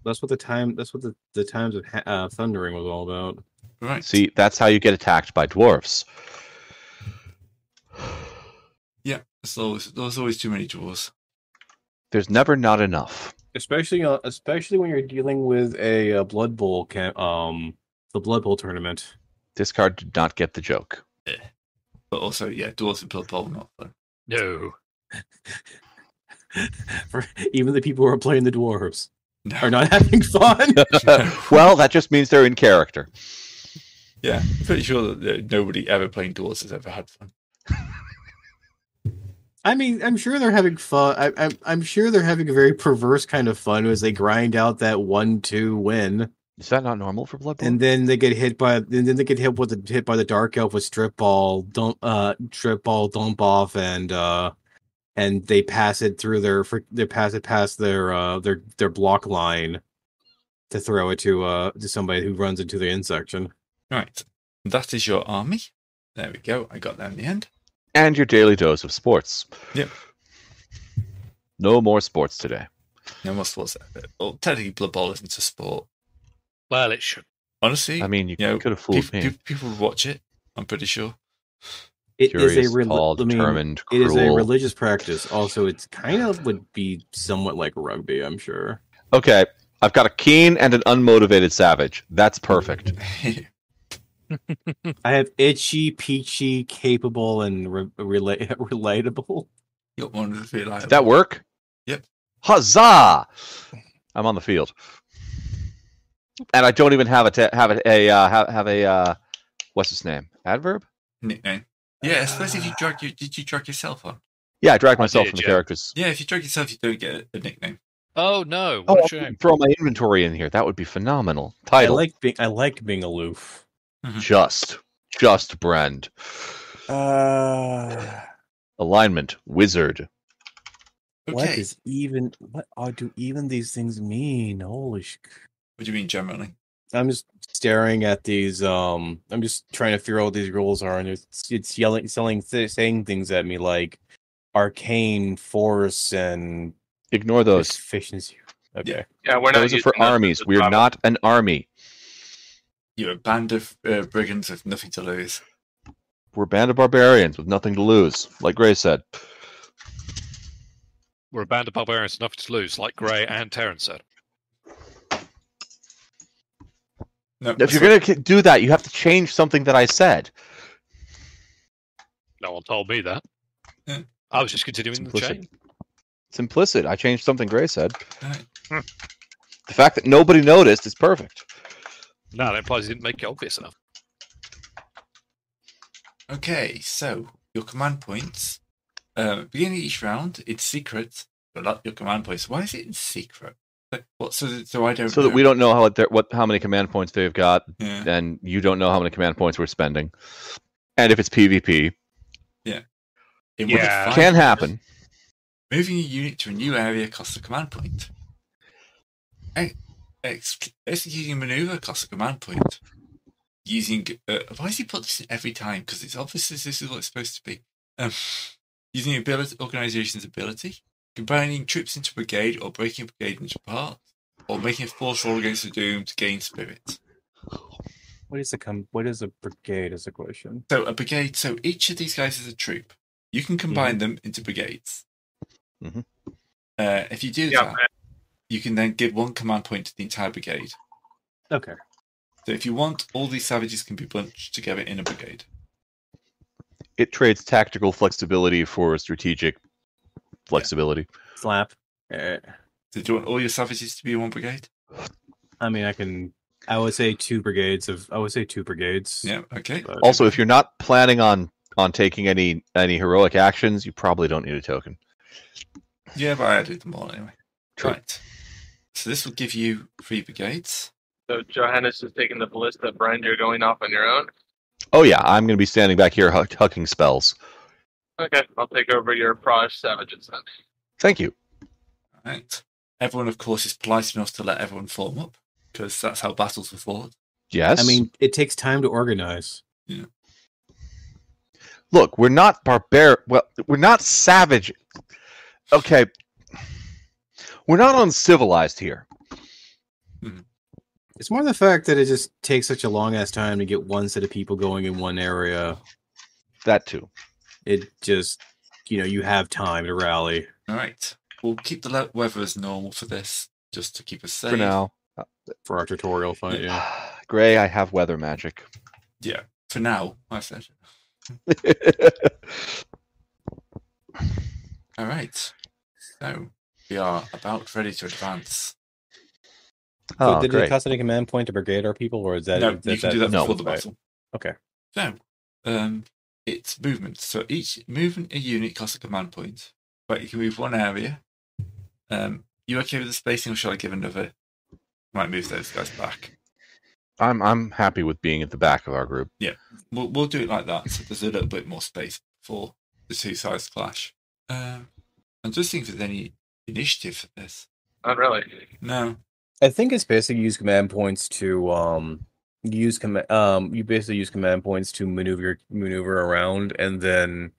That's what the time. That's what the, the times of ha- uh, thundering was all about. right. See, that's how you get attacked by dwarves. Yeah. There's always, there's always too many dwarves. There's never not enough. Especially, uh, especially when you're dealing with a, uh blood bowl. Cam- um, the blood bowl tournament. This card did not get the joke. But also, yeah, dwarves in Blood Bowl, not fun. No. for even the people who are playing the dwarves No. are not having fun. well, that just means they're in character. Yeah. Pretty sure that uh, nobody ever playing dwarves has ever had fun. I mean, I'm sure they're having fun. I, I'm I'm sure they're having a very perverse kind of fun as they grind out that one two win, Is that not normal for Blood Bowl? and then they get hit by and then they get hit with the hit by the dark elf with strip ball dump uh strip ball dump off and uh and they pass it through their fr- they pass it past their uh their their block line to throw it to uh to somebody who runs into the end section. Right. That is your army. There we go. I got that in the end. and your daily dose of sports. Yep. No more sports today. No more sports. Well, technically, oh, Blood Bowl isn't a sport. Well, it should. Honestly, I mean, you Yeah, could have peop- fooled me. peop- people would watch it. I'm pretty sure. It is Curious, reli- tall, I mean, determined, It is a cruel. religious practice. Also, it's kind of would be somewhat like rugby, I'm sure. okay, I've got a keen and an unmotivated savage. That's perfect. I have itchy, peachy, capable, and re- rela- relatable. You're one of the three liable. Did that work? Yep. Huzzah! I'm on the field, and I don't even have a te- have a, a uh, have, have a uh, what's his name adverb. nickname. Yeah, especially if Ah. you drag you did you drag yourself on? Yeah, I dragged I myself did, from the yeah. characters. Yeah, if you drag yourself, you don't get a nickname. Oh no! Oh, What I a shame. could throw my inventory in here. That would be phenomenal. I Title. like being I like being aloof. just just brand Uh, alignment wizard Okay. What is even? What are, do even these things mean? Holy sh! What do you mean generally? I'm just staring at these. Um, I'm just trying to figure out what these rules are, and it's it's yelling, selling, th- saying things at me like arcane force and ignore those efficiency. Okay. Yeah, we're not. those are using for those as armies a we're problem. not an army You're a band of uh, brigands with nothing to lose. we're a band of barbarians with nothing to lose like gray said We're a band of barbarians, enough to lose, like Gray and Terran said. No, if you're going to do that you have to change something that i said No one told me that. Yeah. I was just continuing the Implicit. chain. it's implicit i changed something gray said Alright. the fact that nobody noticed is perfect No, that implies he didn't make it obvious enough. Okay, so your command points. Uh, beginning of each round, it's secret. But like your command points. Why is it in secret? Like, what? So, that- so I don't. so that we don't know how they're- what how many command points they've got Yeah. and you don't know how many command points we're spending and if it's pvp It would have Yeah. fine- can happen Moving a unit to a new area costs a command point. Ex- ex- executing a maneuver costs a command point. Using. Uh, why does he put this in every time? Because it's obvious this is what it's supposed to be. Um, using ability, organization's ability. Combining troops into brigade or breaking a brigade into parts. Or making a force roll against the doom to gain spirit. What is a com- What is a brigade? Is a question. So a brigade. So each of these guys is a troop. You can combine them into brigades. Mhm. Uh, if you do Yeah, that, you can then give one command point to the entire brigade. Okay. So if you want, all these savages can be bunched together in a brigade. it trades tactical flexibility for strategic flexibility Slap. Eh. So do you want all your savages to be in one brigade? I mean, I can. I would say two brigades of. I would say two brigades. Yeah. Okay. but- Also, if you're not planning on on taking any any heroic actions, you probably don't need a token. Yeah, but I added them all anyway. True. Right. So this will give you three brigades. So Johannes is taking the ballista. Brian, you're going off on your own. Oh yeah, I'm gonna be standing back here huck- hucking spells. Okay, I'll take over your Praj Savages then. Thank you. Right. Everyone, of course, is polite enough to let everyone form up because that's how battles were fought. Yes. I mean, it takes time to organize. look, we're not barbaric. Well, we're not savage. Okay, we're not uncivilized here. It's more the fact that it just takes such a long ass time to get one set of people going in one area. That too. It just, you know, you have time to rally. All right. We'll keep the le- weather as normal for this, just to keep us safe. For now, for our tutorial fight. Yeah. Gray, I have weather magic. For now, I said. All right. So we are about ready to advance. oh, so did great. it cost any command point to brigade our people, or is that no, is you can do that no, before the right. battle. Okay. So, um, it's movement. So each movement a unit costs a command point, but you can move one area. Um, you okay with the spacing, or shall I give another? Might move those guys back. I'm I'm happy with being at the back of our group. We'll we'll do it like that. So there's a little bit more space for the two sides clash. Um, I'm just thinking if there's any initiative for this. Not really. No. I think it's basically use command points to um use command um you basically use command points to maneuver maneuver around, and then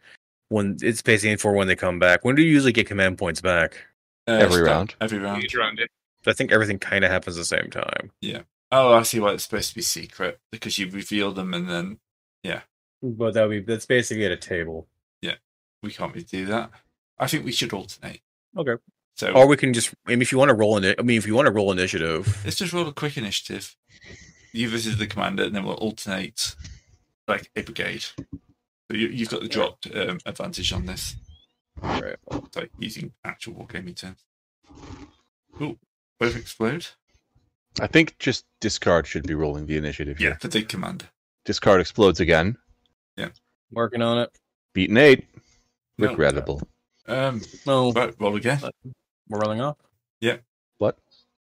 when it's basically for when they come back. When do you usually get command points back? Uh, Every start- round. Every round. Each round, yeah. I think everything kind of happens at the same time. Oh, I see why it's supposed to be secret because you reveal them and then But that would be that's basically at a table, we can't really do that. I think we should alternate. Okay. Oh. So or we can just. I mean, if you want to roll in it, I mean, if you want to roll initiative, let's just roll a quick initiative. You visit the commander, and then we'll alternate like a brigade. So you, you've got the dropped um, advantage on this. Right. So using actual wargaming terms. Cool. Both explode. I think just discard should be rolling the initiative here. For the commander. Discard explodes again. working on it. Beaten eight. No. Regrettable. Um. No, Right. Roll again. Uh, we're rolling up. What?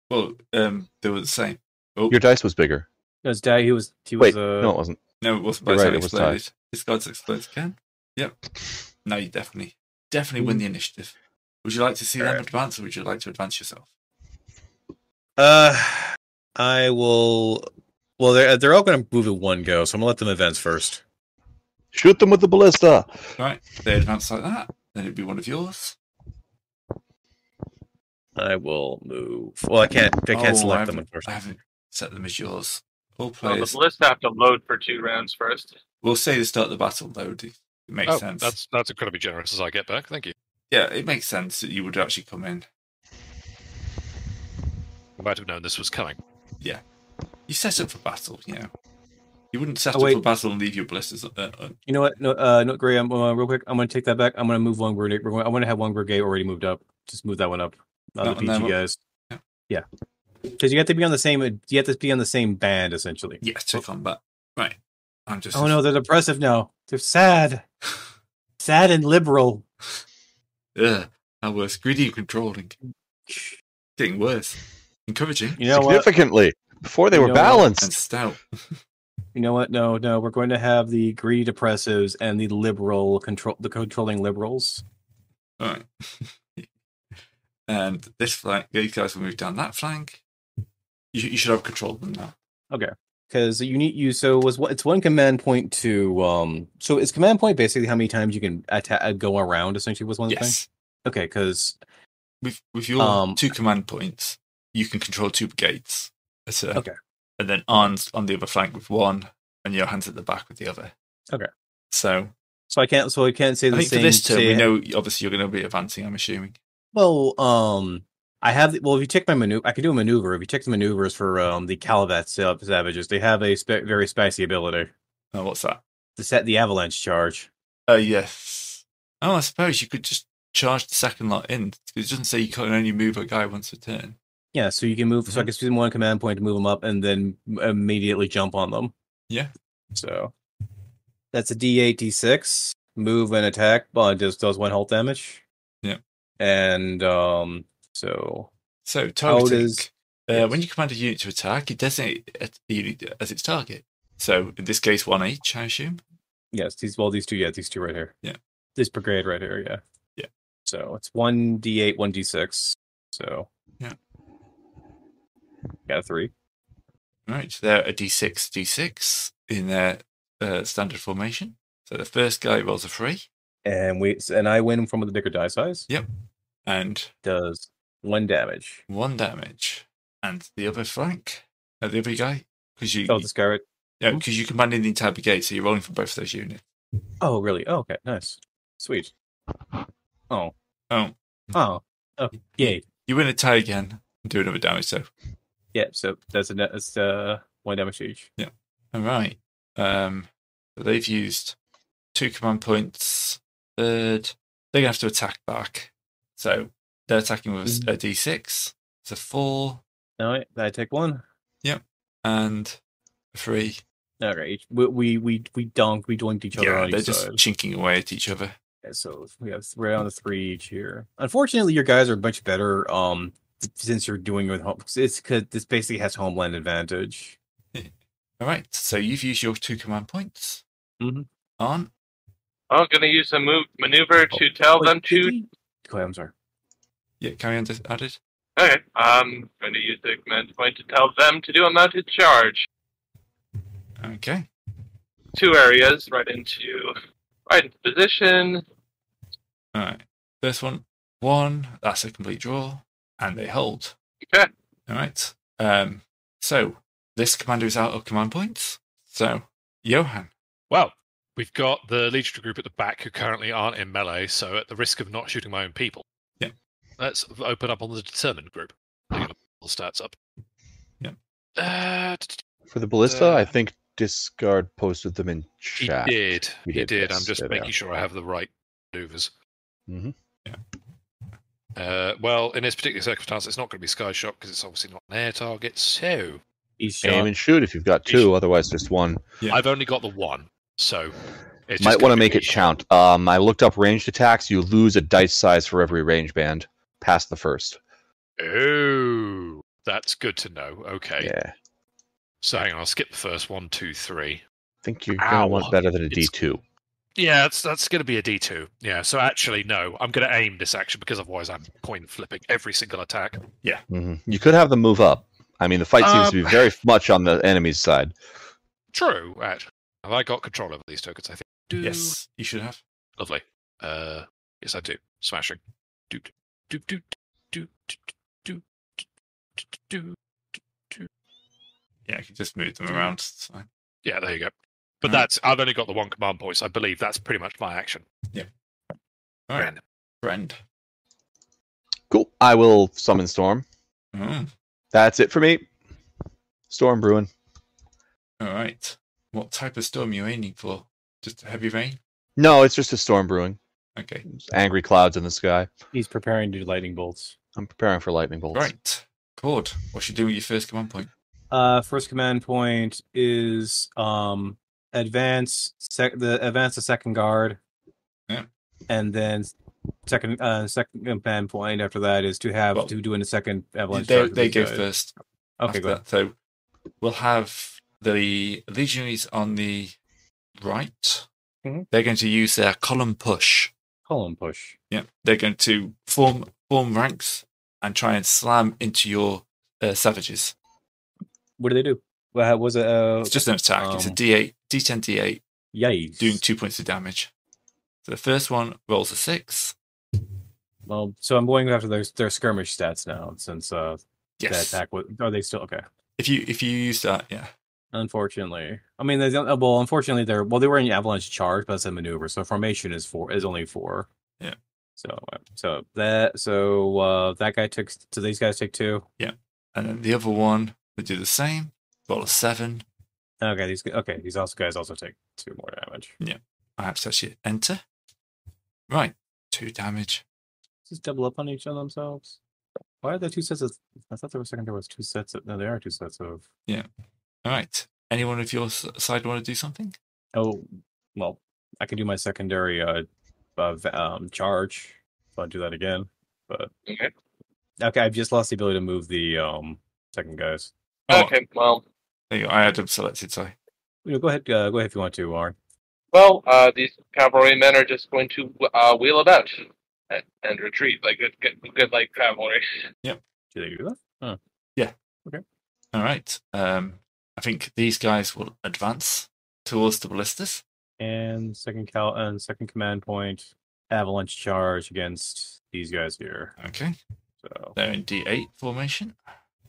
Well, um, they were the same. Oh Your dice was bigger. His dad, he was he Wait, was uh, no, it wasn't. no, it wasn't. You're Right, right, it it was exploded. This guy's explodes again. Yep. No, you definitely, definitely win the initiative. Would you like to see them Hmm. Alright. advance, or would you like to advance yourself? Uh, I will. Well, they're they're all going to move at one go, so I'm gonna let them advance first. Shoot them with the ballista. Right, they advance like that, then it'd be one of yours. I will move. Well, I can't. I can't Oh, select I them haven't- I unfortunately. haven't set them as yours. All Well, the players. ballista have to load for two rounds first. we'll say they start the battle, though. It it makes Oh, sense. that's that's incredibly generous as I get back. Thank you. Yeah, it makes sense that you would actually come in. I might have known this was coming. You set up for battle, you know. You wouldn't set Oh, up wait. for battle and leave your blisters. Uh, uh, You know what? No, uh, no, Gray. I'm uh, real quick. I'm gonna take that back. I'm gonna move one brigade. We're going, I want to have one brigade already moved up. Just move that one up. That Uh, the one there, PG what? guys. Yeah. Yeah, because you have to be on the same. You have to be on the same band essentially. yeah, to combat. Right. I'm just. Oh no, they're depressive now. They're sad, sad and liberal. Ugh, how worse. Greedy and controlling. Getting worse. Encouraging. You know what? Significantly. Before they You were know what? And balanced. stout. You know what? No, no, we're going to have the greedy depressives and the liberal control, the controlling liberals. All right. and this flank, these guys will move down that flank. You, you should have control of them now. Because you need you. So was it's one command point to um. So it's command point basically how many times you can attack go around essentially was one thing. Yes. Okay, because With with your Um, two command points, you can control two brigades. That's it. Okay. And then Arn's on the other flank with one, and your hands at the back with the other. Okay. So so I can't so I can't say I the think same. for this turn, say- we know obviously you're going to be advancing. I'm assuming. Well, um, I have. Well, if you check my maneuver, I can do a maneuver. If you check the maneuvers for um the Calavat sa- savages, they have a spe- very spicy ability. Oh, what's that? The set the avalanche charge. Oh yes. Oh, I suppose you could just charge the second lot in. 'cause It doesn't say you can only move a guy once a turn. Yeah, so you can move. Mm-hmm. So I can spend one command point to move them up, and then m- immediately jump on them. Yeah. So that's a D eight, D six. Move and attack. Uh, just does one health damage. Yeah. And um, so So How targeting. does- uh, yes. When you command a unit to attack, it designates it a unit as its target. So in this case, one each, I assume. yes, these well, these two, yeah, these two right here. Yeah. This brigade right here, yeah. Yeah. So it's one D eight, one D six. So Yeah. Got a three. Right, they're a d6, d6 in their uh, standard formation. So the first guy rolls a three, And we and I win from the bigger die size. and Does one damage. one damage. And the other flank, uh, the other guy, because you Oh, this guy right. yeah, because you commanding the entire brigade, so you're rolling for both those units. Oh, really? Oh, okay, nice, sweet. Oh, Oh. oh, oh, yay! You win a tie again and do another damage. So Yeah, so that's a net- that's uh one damage each. all right, um, so they've used two command points. Third, they're gonna have to attack back. So they're attacking with a d6. It's a four All right, I take one. and a three. All right, each- we we we we dunk, we doinked each other Yeah, on they're each just side. chinking away at each other. Yeah, so we have we're on the three each here. Unfortunately, your guys are much better. Um, since you're doing it with home, it's because this basically has homeland advantage. All right, so you've used your two command points. Mhm. On Oh, I'm going to use a move maneuver to tell Oh. Wait, them did to. we- Go ahead, I'm sorry. yeah, carry on. dis- Added. Okay, I'm going to use the command point to tell them to do a mounted charge. Okay. Two areas, right into right into position. All right. First one, one. That's a complete draw, and they hold. Okay. All right. Um. So this commander is out of command points. So Johan. Well, we've got the Legion group at the back who currently aren't in melee, so at the risk of not shooting my own people, Yeah. let's open up on the determined group. I'm gonna pull stats up. Yeah. Uh, t- t- For the ballista, I Uh, think discard posted them in he chat. did. We he did, did. I'm yes, just there they making are. sure I have the right maneuvers. Mhm. Yeah. Uh, well, in this particular circumstance, it's not going to be Sky Shock because it's obviously not an air target. So He's shot. Aim and shoot if you've got two. Otherwise, just one. Yeah. I've only got the one. So it's Might just want to gonna make be- it count. Um, I looked up ranged attacks. You lose a dice size for every range band past the first. Oh, that's good to know. Okay. Yeah, I So hang on, I'll skip the first one, two, three. think you're gonna Ow. want better than a It's- D two. Yeah, that's that's going to be a D two. Yeah. So actually, no, I'm going to aim this action because otherwise I'm coin flipping every single attack. hmm You could have them move up. I mean, the fight seems to Um, be very much on the enemy's side. True. Actually, have I got control over these tokens? I think. Do. Yes, you should have. Lovely. Uh, yes, I do. Smashing. Doot. Doot. Doot. Doot. Doot. Doot. Doot. Doot. Yeah, you can just move them around. It's fine. Yeah, there you go. But Alright. that's I've only got the one command point, so I believe that's pretty much my action. All right, Random. friend. Cool. I will summon storm. Mm, That's it for me. Storm brewing. All right. What type of storm are you aiming for? Just heavy rain. No, it's just a storm brewing. Okay. Just angry clouds in the sky. He's preparing to do lightning bolts. I'm preparing for lightning bolts. Right. Cord. What you doing with your first command point? Uh, first command point is um advance sec- the advance the second guard. Yeah. And then second uh second command point after that is to have Well, to do in a second avalanche. They, charge with they these go guys. first. Okay, after go. ahead. that. So we'll have the legionaries on the right. Mhm. They're going to use their column push. Column push. Yeah, they're going to form form ranks and try and slam into your uh, savages. What do they do? What was it? Uh, It's just an attack. it's a um, D8, D10, D8, yikes. doing two points of damage. So the first one rolls a six. Well, so I'm going after their their skirmish stats now since uh Yes. the attack. Was, are they still okay? If you if you use that, yeah, Unfortunately, I mean, they don't. Well, unfortunately, they're well, they were in avalanche charge, but it's a maneuver, so formation is four is only four. Yeah. So, uh, so that so uh that guy took. So these guys take two. and then the other one they do the same. Roll a seven. Okay, these g- okay. These also guys also take two more damage. I have to actually enter. Right, two damage. Just double up on each of themselves. Why are there two sets of? I thought there was second. There was two sets of. No, there are two sets of. All right. Anyone of your s- side want to do something? Oh, well, I can do my secondary uh, uh v- um charge. So I'll do that again. But Okay. okay, I've just lost the ability to move the um second guys. Oh. Okay, well, There you go. I had them selected, so You know, go ahead, uh, go ahead if you want to, Warren. well, uh, these cavalry men are just going to uh, wheel about and, and retreat like good, good, good like cavalry. Do they do that? all right. Um, I think these guys will advance towards the ballistas. And second cal and second command point avalanche charge against these guys here. Okay, So they're in D8 formation.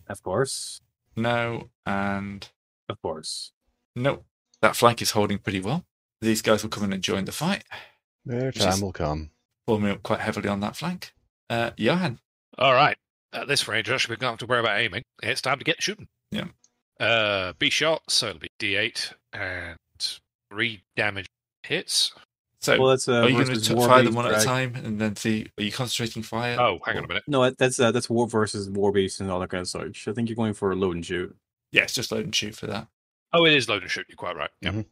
of course, No, and of course. no. That flank is holding pretty well. These guys will come in and join the fight, Their Which is- time will come. forming up quite heavily on that flank. Uh, Johan, All right. At this range, actually, we don't have to worry about aiming. It's time to get shooting. Yeah. Uh, be shot, so it'll be D8 and three damage hits. so Well, that's uh, are you going versus to war fire them beast, one at a right? time and then see? Are you concentrating fire? Oh, hang on a minute. No, that's uh, that's war versus war beast and all that kind of such. I think you're going for a load and shoot, Yeah, it's just load and shoot for that. Oh, it is load and shoot. You're quite right. Yeah. Mhm.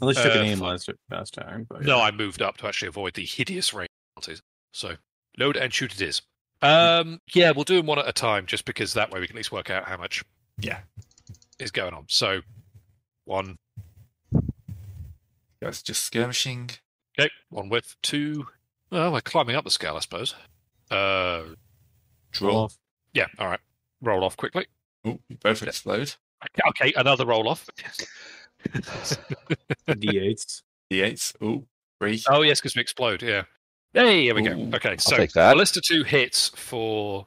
unless you took an Uh, aim fuck. last last time. Oh, But No, I moved up to actually avoid the hideous range penalties. So load and shoot it is. Hmm. Um, yeah, we'll do them one at a time just because that way we can at least work out how much Yeah, is going on. So one, guys, just skirmishing. okay, one with two. Well, we're climbing up the scale, I suppose. Uh, Draw. yeah, all right. Roll off quickly. Oh, you both explode. Okay, Okay, another roll off. d8s. D8s. Oh, three. oh yes, because we explode. Yeah. Hey, here we Ooh, go. Okay, so take that. ballista two hits for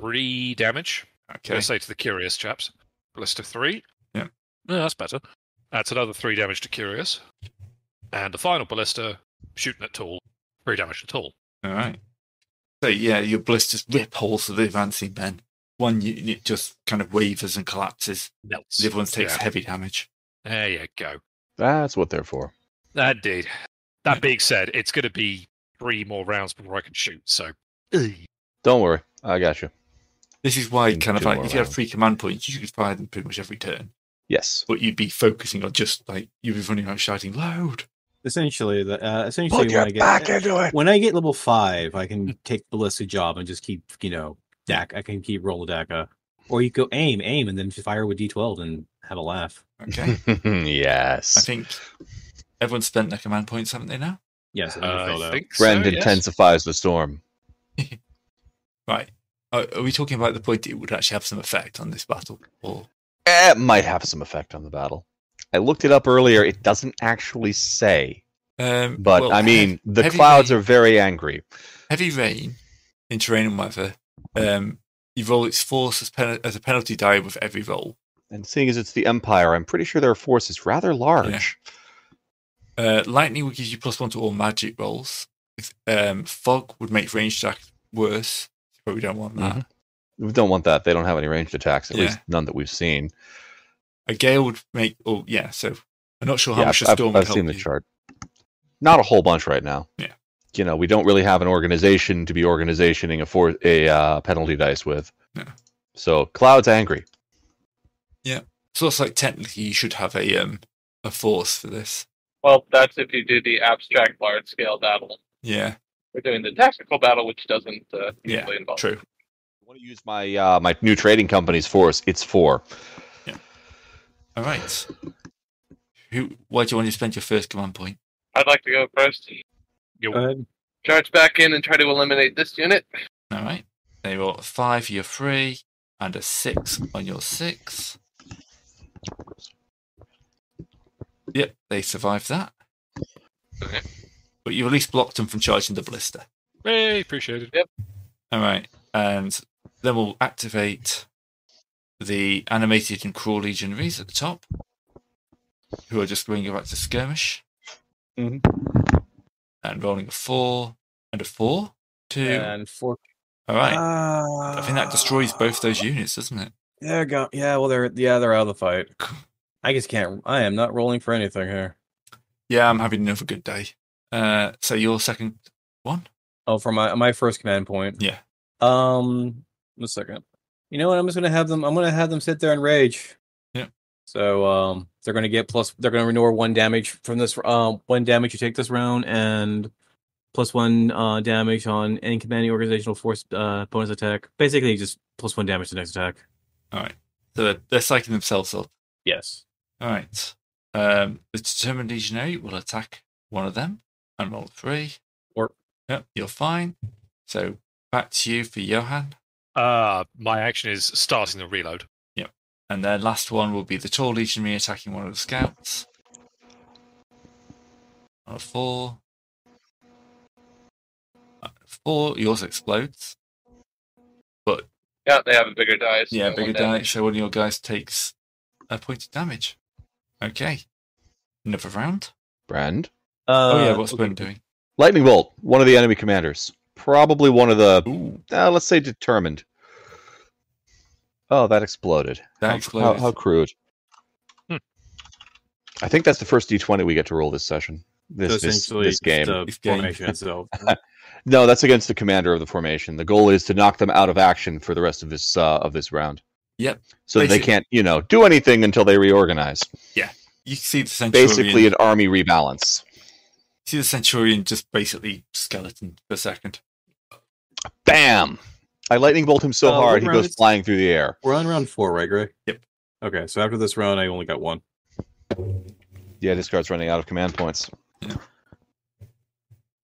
three damage. I Okay. say to the curious chaps, ballista three. Yeah. No, that's better. That's another three damage to curious, and the final ballista shooting at tall, three damage to tall. All right. So yeah, your blisters rip holes through the advancing men. One unit just kind of wavers and collapses. Melts. The other one takes Yeah. heavy damage. There you go. That's what they're for. Indeed. That being said, it's going to be three more rounds before I can shoot. So. Don't worry, I got you. This is why, Into kind of like, more if you have rounds. three command points, you could fire them pretty much every turn, Yes. but you'd be focusing on just like you'd be running out shouting loud. Essentially, the uh, essentially Put when your I get back into it. when I get level five, I can take ballista job and just keep you know DAC. I can keep roll DACA, or you go aim, aim, and then fire with d12 and have a laugh. Okay, I yes. think everyone's spent their command points, haven't they? Now, Yes, I Uh, I think think so, Friend yes. intensifies the storm. right? Are, are we talking about the point it would actually have some effect on this battle? Or Eh, It might have some effect on the battle. I looked it up earlier. It doesn't actually say, um, but well, I he- mean, the heavy clouds rain- are very angry. heavy rain in terrain and weather. Um, you roll its force as, pen- as a penalty die with every roll. And seeing as it's the Empire, I'm pretty sure their force is rather large. Uh, lightning would give you plus one to all magic rolls. If- Um, fog would make range attack worse. You probably don't want Mm-hmm. that. We don't want that. They don't have any ranged attacks, at Yeah. least none that we've seen. A gale would make. Oh yeah. So I'm not sure how yeah, much I've, a I've- storm I've would help seen the you. chart. Not a whole bunch right now. Yeah. You know, we don't really have an organization to be organizationing a for a uh, penalty dice with. No. So clouds angry. So it's like technically you should have a um a force for this. Well, that's if you do the abstract large scale battle. Yeah. We're doing the tactical battle, which doesn't uh, Yeah, usually involve. True. I want to use my uh, my new trading company's force. It's four. All right. Who? Why do you want to spend your first command point? I'd like to go first. You're Go ahead. Charge back in and try to eliminate this unit. All right. They roll a five for your three and a six on your six. Yep, they survived that. Okay. But you at least blocked them from charging the blister. Hey, appreciate it. All right. And then we'll activate the animated and crawl legionaries at the top, who are just going back to skirmish. Mhm. And rolling a four and a four. Two. and four. All right. Ah. I think that destroys both those units, doesn't it? Yeah, go. Yeah, well, they're yeah, they're out of the fight. I just can't. I am not rolling for anything here. Yeah, I'm having another good day. Uh, so your second one? Oh, for my my first command point. Yeah. Um, one second. You know what? I'm just gonna have them. I'm gonna have them sit there and rage. Yeah. So um, they're uh, gonna get plus. They're gonna renew one damage from this. Um, one damage you take this round, and plus one uh, damage on any commanding organizational force uh, bonus attack. Basically, just plus one damage to the next attack. So they're, they're psyching themselves up. Yes. All right. Um, the determined legionary will attack one of them and roll three. Or- yep, you're fine. So back to you for Johan, Uh, my action is starting the reload. and their last one will be the tall legionary attacking one of the scouts. On a four, Uh, four, yours explodes. Yeah, they have a bigger dice. Yeah, than bigger one down. damage. So one of your guys takes a point of damage. Okay, another round. Brand. Uh, oh yeah, what's okay. Ben doing? Lightning bolt. One of the enemy commanders. Probably one of the. Ooh, Uh, let's say determined. Oh, that exploded. that How- How, explodes. how crude. Hmm. I think that's the first d20 we get to roll this session. So This, this, essentially, this it's game. the This game. formation itself. No, that's against the commander of the formation. The goal is to knock them out of action for the rest of this uh, of this round. Yep. So that they Basi- can't, you know, do anything until they reorganize. you see the centurion. Basically, an army rebalance. see the centurion just basically skeleton per second. Bam! I lightning bolt him so Uh, what hard he round goes is- flying through the air. We're on round four, right, Greg? Yep. Okay, so after this round, I only got one. Yeah, this card's running out of command points.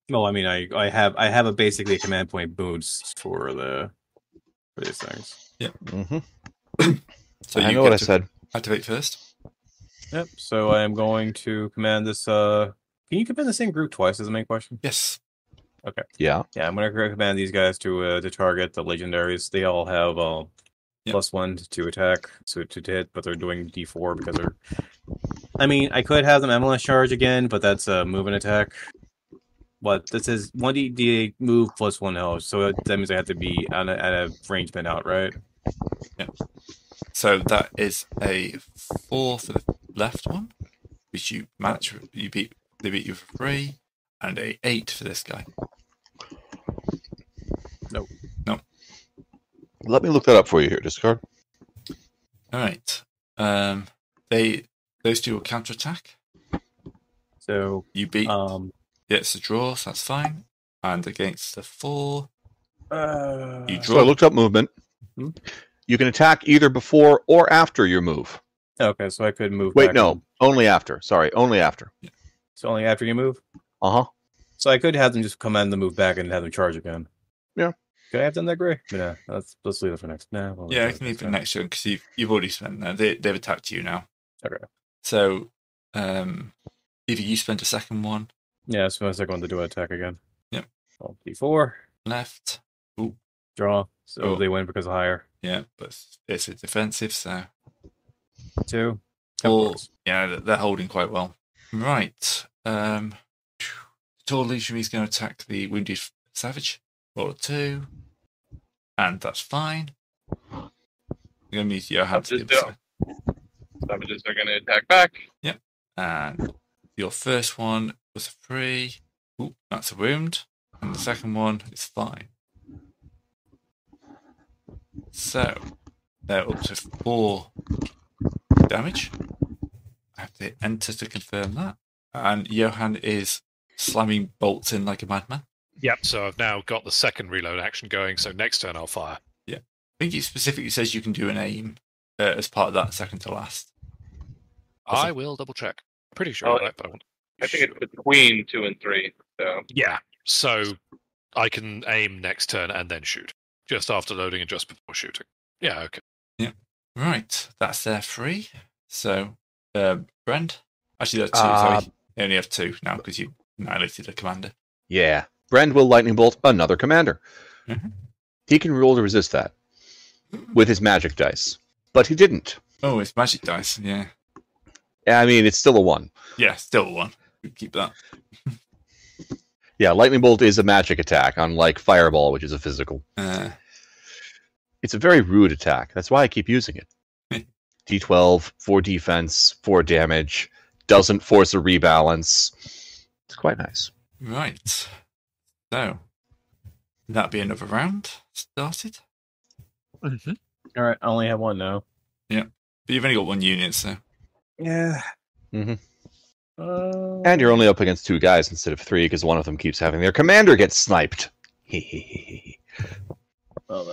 No, I mean, I I have I have a basically a command point boost for the for these things. hmm So I you know what get I to said. Activate first. Yep. So I am going to command this. Uh, can you command the same group twice? Is the main question. Yes. Yeah. Yeah, I'm gonna recommend these guys to uh, to target the legendaries. They all have uh, Yeah. plus one to attack, so to hit, but they're doing D4 because they're. I mean, I could have them MLS charge again, but that's a move and attack. But this is one D8 move plus one health, so that means I have to be on a, at a range pin out, right? So that is a four for the left one, which you match. You beat. They beat you for three, and a eight for this guy. Let me look that up for you here, Discard. All right. Um. They those two will counterattack. So, You beat. um, yeah, it's a draw, so that's fine. And against the four, uh, you So I draw. looked up movement. Hmm? You can attack either before or after your move. okay, so I could move. Wait, back. no, only after. Sorry, only after. So only after you move. Uh huh. So I could have them just command the move back and have them charge again. Yeah. Could I have done that, Gray? Nah, let's let's leave it for next. Nah, we'll leave Yeah, it I for can leave for time. next turn because you've you've already spent there. They they've attacked you now. Okay. So, um, either you spend a second one Yeah, so my second one to do an attack again. Yep. Roll D4, left. draw. So Cool. they win because of higher. Yeah, but it's- it's a defensive, so Two. Or- yeah, th- they're holding quite well. Right. Um, tall legionary is going to attack the wounded savage. Roll a two, and that's fine. You're going to need your hand to the Just other side. Savages are going to attack back. And your first one was a three. Ooh, that's a wound. And the second one is fine. So they're up to four damage. I have to enter to confirm that. And Johan is slamming bolts in like a madman. Yep. So I've now got the second reload action going. So next turn I'll fire. I think it specifically says you can do an aim uh, as part of that second to last. I will double check. Pretty sure. Oh, I, but I want- I think it's between two and three. So Yeah. So I can aim next turn and then shoot, just after loading and just before shooting. Yeah. Okay. Right, that's their three. So, uh, Brent, actually, that's two. Uh, sorry, they only have two now because you annihilated the commander. Yeah. Brand will lightning bolt another commander. Mhm. He can roll to resist that with his magic dice, but he didn't. Oh, it's magic dice. Yeah, I mean, it's still a one. yeah, still one. We Keep that. Yeah, lightning bolt is a magic attack, unlike fireball, which is a physical. Uh, It's a very rude attack. That's why I keep using it. D12, four defense, four damage, doesn't force a rebalance. It's quite nice. right. So that be another round started. All right, I only have one now. But you've only got one unit, so Yeah. Mhm. Uh, And you're only up against two guys instead of three because one of them keeps having their commander get sniped. Well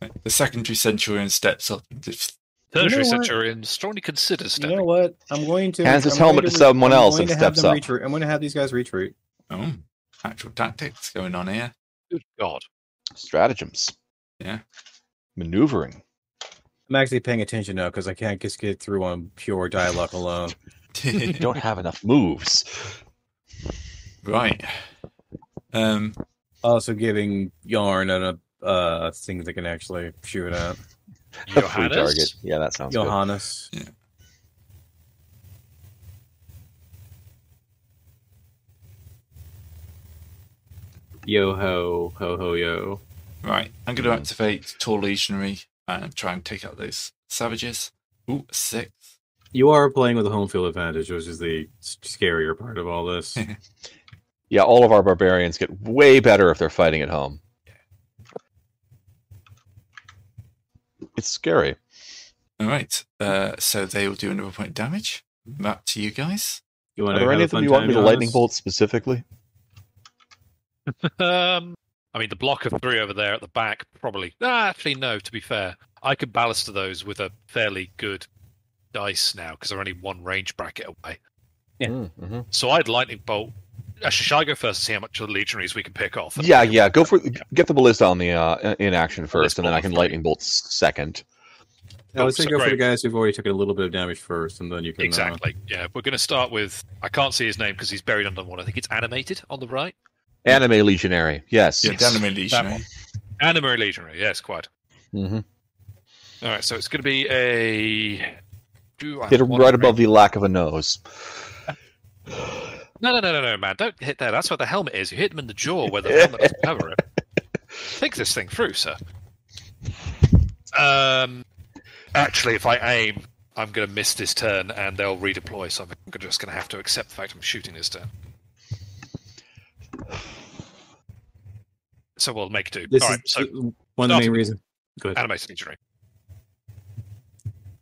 then, The secondary centurion steps up and just Tertiary what? centurion strongly considers you stepping. know what? I'm going to Hands his I'm helmet going to someone I'm else going and to have steps them up. Retreat. I'm going to have these guys retreat. oh, actual tactics going on here. Good God. Stratagems. Yeah. Maneuvering. I'm actually paying attention now because I can't just get through on pure dialogue alone. You don't have enough moves. right. Um, Also giving yarn and a uh things that can actually shoot A at Johannes? Yeah, that sounds good. Johannes. Yo ho, ho ho yo. right. I'm going to activate Tall Legionary and try and take out those savages. Ooh, six. You are playing with a home field advantage, which is the s- scarier part of all this. Yeah, all of our barbarians get way better if they're fighting at home. It's scary. All right. Uh, so they will do another point of damage. Back to you guys. You Are want to there have any a of them fun you want time? me to Johannes? lightning bolt specifically? Um, I mean, the block of three over there at the back, probably. Ah, actually, no, to be fair. I could ballast those with a fairly good dice now because they're only one range bracket away. Mm-hmm. So I'd lightning bolt. Actually, shall I go first to see how much of the legionaries we can pick off? Yeah, yeah. Go for get the ballista on the uh, in action first, and then I bolt can three. lightning bolt s- second. I would say so go for the great. guys who've already taken a little bit of damage first, and then you can. uh, Exactly. Yeah, we're going to start with. I can't see his name because he's buried under one. I think it's animated on the right. Anime legionary. Yes. Yeah, down to my legionary. one. Anime legionary. Yes, quite. Mm-hmm. All right, so it's going to be a. Do I Hit him wanna right break- above the lack of a nose. No, no, no, no, no, man! Don't hit there. That's where the helmet is. You hit them in the jaw where the helmet doesn't cover it. Think this thing through, sir. Um, actually, if I aim, I'm going to miss this turn, and they'll redeploy. So I'm just going to have to accept the fact I'm shooting this turn. So we'll make do. This All is right. So one of the main reasons. animated legionary.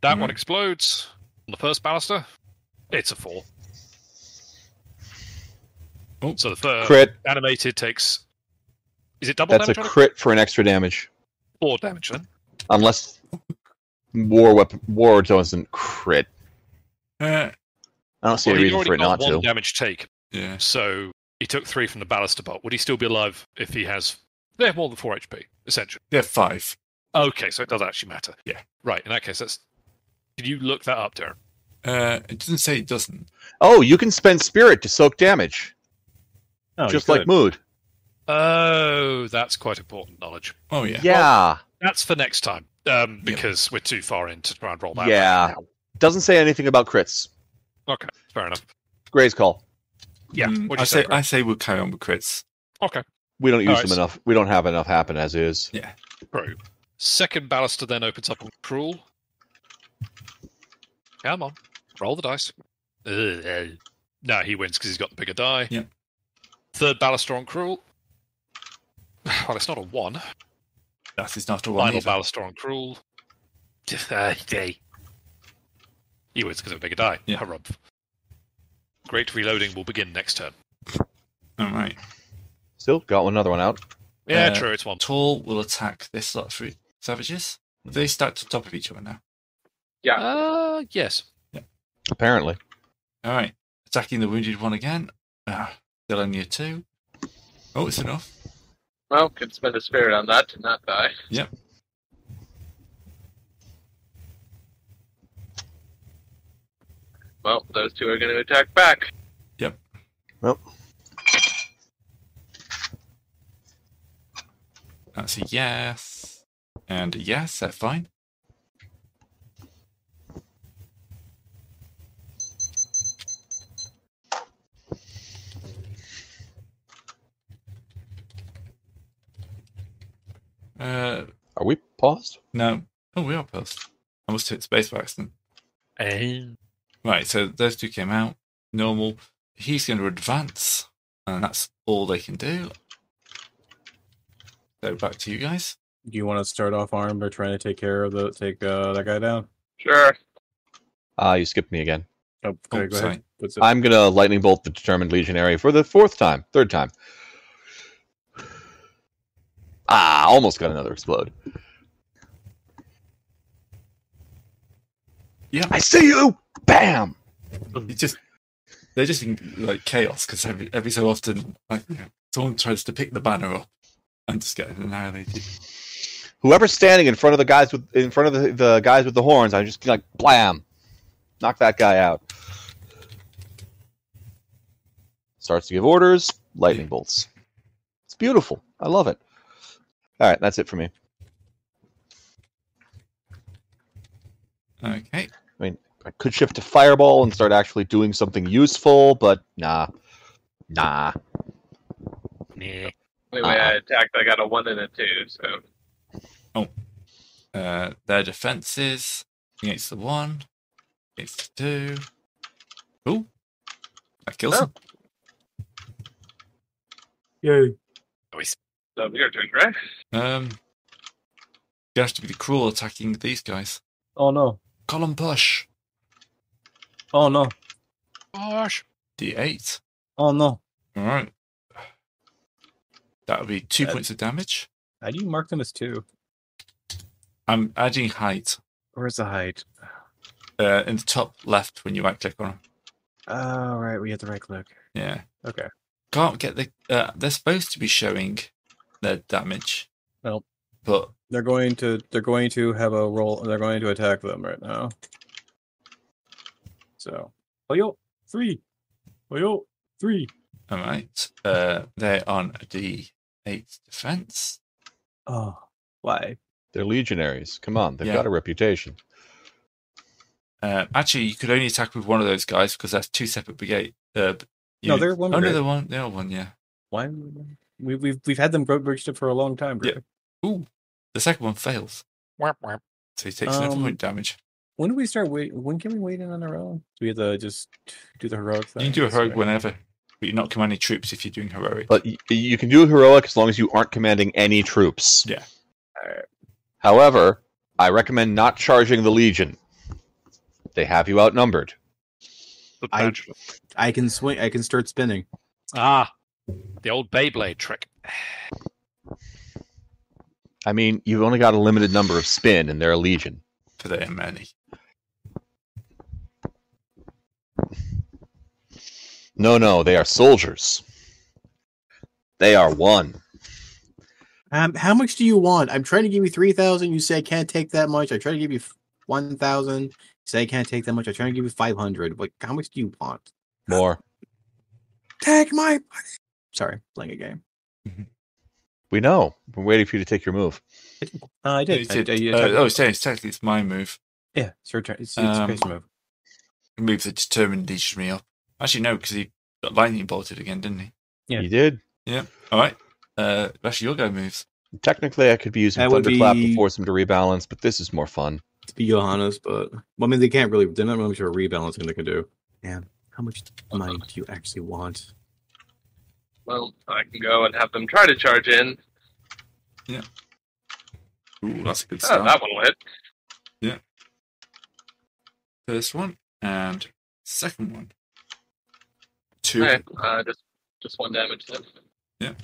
That one explodes on the first baluster. It's a four. Oh. So the first Crit. animated takes. Is it double That's a damage? Uh, on it? crit for an extra damage, Four damage then. unless war weapon war doesn't crit. Uh, I don't see Well, he'd any reason already for it got not one to. damage take, yeah. so he took three from the baluster bolt. Would he still be alive if he has? They have more than four HP essentially. They're five. Okay, so it does actually matter. Yeah. Right. In that case, that's. Did you look that up, Darren? Uh, it doesn't say it doesn't. Oh, you can spend spirit to soak damage, Oh, you just like could. mood. Oh, that's quite important knowledge. Oh, yeah. Yeah, That's for next time, um, because we're too far in to try and roll that. yeah. Doesn't say anything about crits. Okay, fair enough. Gray's call. Yeah, Mm, what'd I you say? say, I say we'll carry on with crits. Okay, We don't use Alright, them so- enough. We don't have enough happen as is. true. Second baluster then opens up on cruel. Come on, roll the dice. Ugh. No, he wins because he's got the bigger die. Yeah. Third baluster on cruel. Well, it's not a one. That is not a one. Final either. baluster on cruel. Ah, yay. He wins because of a bigger die. Yeah. Hurrah. Great reloading will begin next turn. All right. Still got one- another one out. Yeah, Uh, true. It's one. Tall will attack this lot of three savages. Are They stacked on top of each other now. Yeah. Uh, yes. Apparently, All right. Attacking the wounded one again. Ah, still only a two. Oh, it's enough. Well, could spend a spirit on that to not die. Well, those two are going to attack back. That's a yes. And a yes, that's fine. Uh, are we paused? no. Oh, we are paused. I must hit space by accident. Um, Right, so those two came out. Normal. He's going to advance, and that's all they can do. So back to you guys. Do you want to start off armed by trying to take care of the take uh, that guy down? Sure. Ah, you skipped me again. Oh, go Oh, ahead, go sorry. ahead. What's up? I'm gonna lightning bolt the determined legionary for the fourth time, third time. Ah, almost got another explode. Yeah. I see you. Bam. You just they're just in like chaos because every every so often like you know, someone tries to pick the banner up and just get annihilated. Whoever's standing in front of the guys with in front of the, the guys with the horns, I'm just like blam, knock that guy out. Starts to give orders, lightning bolts. It's beautiful. I love it. All right, that's it for me. Okay, I could shift to fireball and start actually doing something useful, but nah, nah. Yeah. Anyway, I attacked. I got a one and a two, so uh, their defenses against the one, against the two. Cool, that kills Oh. them. so your turn, right? Um, you have to be the cruel attacking these guys. Oh no. Column push. Oh no. Gosh. D8. Oh no. All right. That would be two points of damage. How do you mark them as two? I'm adding height Where's the height? uh, in the top left when you right click on 'em. Oh right, we have the right click. Yeah. Okay. Can't get the. Uh, they're supposed to be showing their damage. Well. But They're going to they're going to have a roll they're going to attack them right now. So oh yo, three. Oh yo, three. all right, uh, they're on a D8 defense. Oh why? They're legionaries. Come on, they've Yeah. got a reputation. Uh, actually, you could only attack with one of those guys because that's two separate brigade. Uh, No, units. they're Oh, one no, brigade. they're one. They're one. Yeah. Why we we've we've had them bro- bridged up for a long time, Greg. Ooh, the second one fails, Whap, whap. so he takes another Um, point damage. When do we start wait when can we wait in on our own? Do we have to just do the heroic thing? You can do a heroic Sorry. whenever, but you're not commanding troops if you're doing heroic. But y- you can do heroic as long as you aren't commanding any troops. Yeah. Alright. However, I recommend not charging the legion. They have you outnumbered. The I- badge. I can swing. I can start spinning. Ah, the old Beyblade trick. I mean, you've only got a limited number of spin, and they're a legion. for they are many. No, no, they are soldiers. They are one. Um, how much do you want? I'm trying to give you three thousand. You say I can't take that much. I try to give you one thousand. You say I can't take that much. I try to give you five hundred. Like, how much do you want? More. Take my. money. Sorry, playing a game. We know. We're waiting for you to take your move. Uh, I Yeah, did. you I, did. I- I Uh, tried- oh, sorry, it's technically it's my move. yeah, it's your turn. It's, it's Um, Grace's move. move the determined legionary up. Actually, no, because he got lightning bolted again, didn't he? Yeah. You did. All right. Uh, actually, your guy moves. Technically, I could be using That would Thunderclap to be- force him to rebalance, but this is more fun. To be Johannes, but well, I mean, they can't really. They're not really sure rebalancing they can do. Yeah. How much money do you actually want? Well, I can go and have them try to charge in. Ooh, that's a good Oh, start. that one will hit. First one and second one. Two. Okay, uh, just just one damage. Then.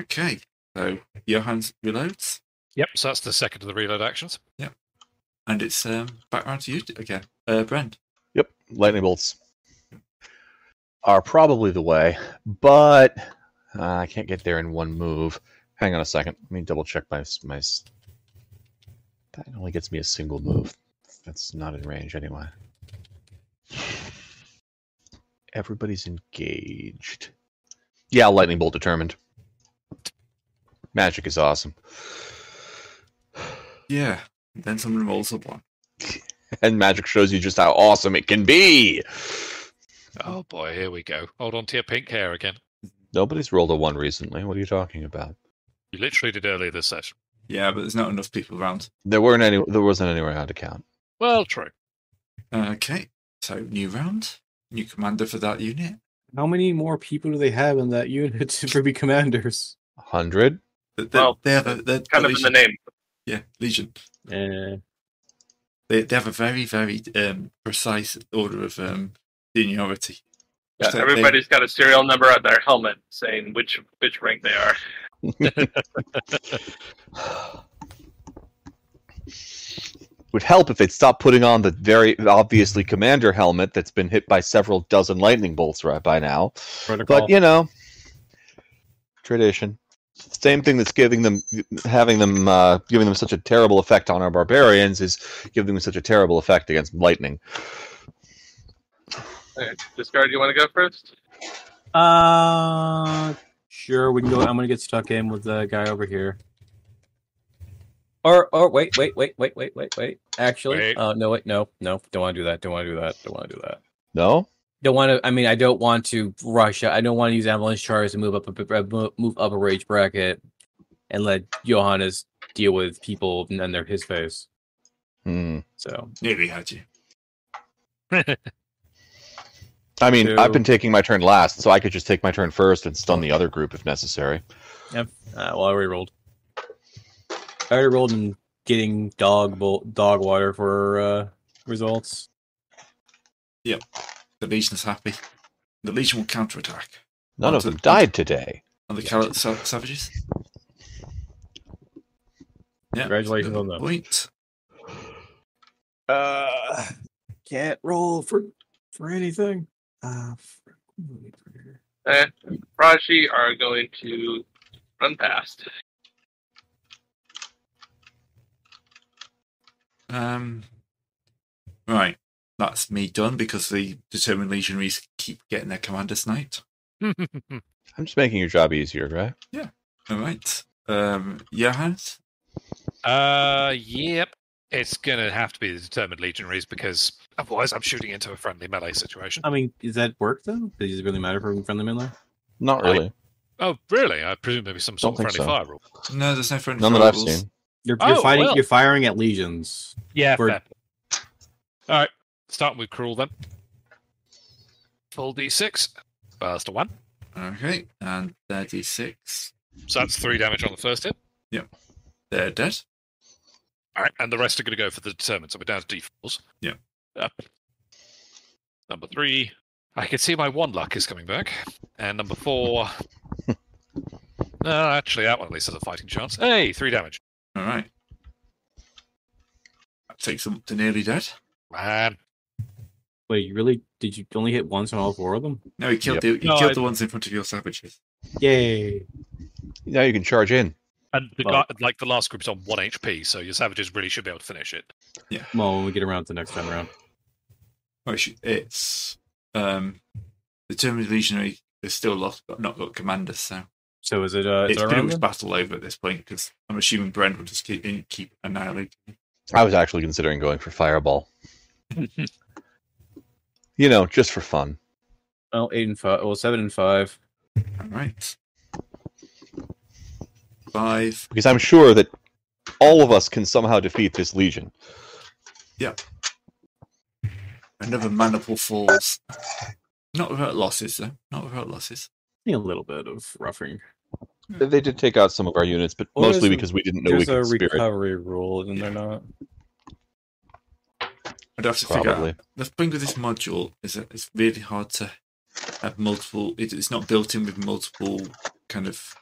Okay. So Johan's reloads, Yep. So that's the second of the reload actions. and it's um, back round to you t- again, uh, Brent. Yep, lightning bolts are probably the way, but uh, I can't get there in one move. Hang on a second. Let me double check my s- my. s- That only gets me a single move. That's not in range anyway. Everybody's engaged. Yeah, lightning bolt determined. Magic is awesome. Yeah. Then someone rolls up one. And magic shows you just how awesome it can be. Oh boy, here we go. Hold on to your pink hair again. Nobody's rolled a one recently. What are you talking about? You literally did earlier this session. Yeah, but there's not enough people around. There weren't any. There wasn't anywhere around to count. Well, true. Uh, Okay. So new round, new commander for that unit. How many more people do they have in that unit to be commanders? A Hundred. Th- th- Well, they have a they're Kind a of in the legion. name. Eh, Yeah, legion. Uh, They, they have a very, very um, precise order of um, seniority. Yeah, So they- everybody's got a serial number on their helmet saying which which rank they are. Would help if they'd stop putting on the very obviously commander helmet that's been hit by several dozen lightning bolts right by now. But you know, tradition. Same thing that's giving them, having them, uh, giving them such a terrible effect on our barbarians is giving them such a terrible effect against lightning. Okay. Discard, you want to go first? Uh, sure, we can go. I'm gonna get stuck in with the guy over here. Or, or wait, wait, wait, wait, wait, wait, wait. Actually, Wait. uh, no, wait, no, no. Don't want to do that. Don't want to do that. Don't want to do that. No, Don't want to. I mean, I don't want to rush. out- I don't want to use avalanche charge to move up a uh, move up a rage bracket, and let Johannes deal with people under his face. Hmm. So Nearly had you. I mean, Two. I've been taking my turn last, so I could just take my turn first and stun the other group if necessary. Uh, well, I already rolled. I already rolled in getting dog bol- dog water for uh, results. The Legion's happy. The Legion will counterattack. None Onto of them the- died today. And the Carrot sa- Savages. Yeah, Congratulations on that. Point. Uh, can't roll for for anything. Uh, for- Okay. Rashi Uh, are going to run past. Um, right. That's me done because the determined legionaries keep getting their commander sniped. I'm just making your job easier, right? All right. Um, Johannes? uh, yep. It's gonna have to be the determined legionaries because otherwise I'm shooting into a friendly melee situation. Um, I mean, does that work though? Does it really matter for friendly melee? Not I- really. Oh, really? I presume there'd be some sort of Don't friendly think fire so. rule. No, there's no friend. None that I've seen. You're, Oh, you're fighting. well. You're firing at legions. Yeah. For- fair. All right. Starting with cruel then. Full d6. Bars to one. Okay. And their d6. So that's three damage on the first hit. They're dead. All right, and the rest are going to go for the determined. So we're down to d4s. Yeah. Yep. Number three, I can see my one luck is coming back, and number four. no, actually, that one at least has a fighting chance. Hey, three damage. All right. That takes them up to nearly dead. Man, Wait, you really? Did you only hit once on all four of them? No, he killed, the, he No, killed I- the ones in front of your savages. Yay! Now you can charge in. and the Well- guy, like the last group's on one HP, so your savages really should be able to finish it. Well, when we get around to the next time around. Well, it's- Oh, it's um, determined legionary is still lost, but not got commanders. So So is it? Uh, it's is it pretty around? much then? battle over at this point because I'm assuming Brand will just keep keep annihilating. I was actually considering going for fireball. you know, just for fun. Well, eight and five. Well, seven and five. All right, five. Because I'm sure that all of us can somehow defeat this legion. Another maniple falls. Not without losses, though. Not without losses. Yeah, a little bit of roughing. They did take out some of our units, but Well, mostly there's a- because we didn't know we There's a could spirit. recovery rule, and they're not. I'd have to figure out. Probably. The thing with this module is that it's really hard to have multiple. It, it's not built in with multiple kind of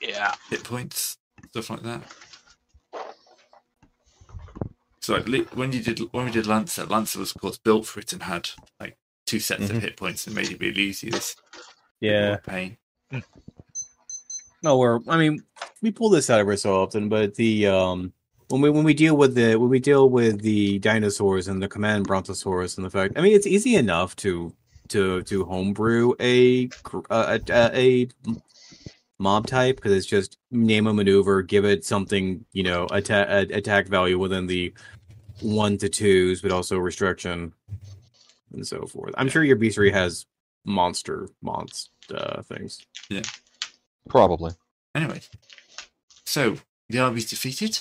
Yeah. hit points, stuff like that. So like li- when you did when we did Lancer, Lancer was of course built for it and had like two sets Mhm. of hit points and made it really easy. This Yeah. pain. No, we're. I mean, we pull this out every so often, but the um, when we when we deal with the when we deal with the dinosaurs and the command brontosaurus and the fact. I mean, it's easy enough to to to homebrew a gr- a a, a mob type because it's just name a maneuver, give it something you know attack attack value within the one to twos, but also restriction and so forth. I'm sure your B three has monster monst uh, things. Probably. Anyway, so the army's defeated.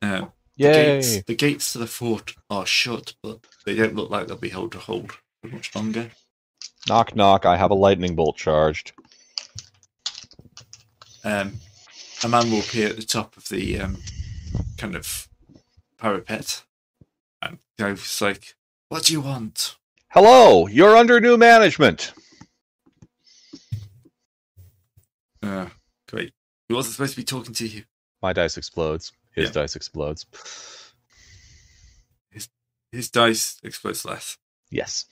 Um, the gates, Yay! the gates to the fort are shut, but they don't look like they'll be able to hold for much longer. Knock, knock. I have a lightning bolt charged. um, a man will appear at the top of the um, kind of parapet and goes like, "What do you want?" Hello, you're under new management. Uh, great. He wasn't supposed to be talking to you. My dice explodes. His Yeah. dice explodes. His dice explodes less. Yes.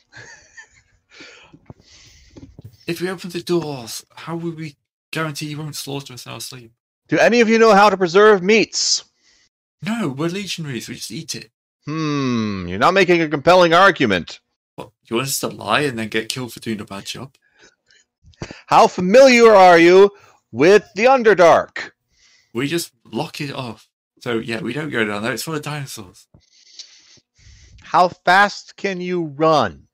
If we open the doors, how will we guarantee you won't slaughter us in our sleep? Do any of you know how to preserve meats? No, we're legionaries. We just eat it. Hmm, you're not making a compelling argument. What? You want us to lie and then get killed for doing a bad job? How familiar are you with the Underdark? We just lock it off. So yeah, we don't go down there. It's full of dinosaurs. How fast can you run?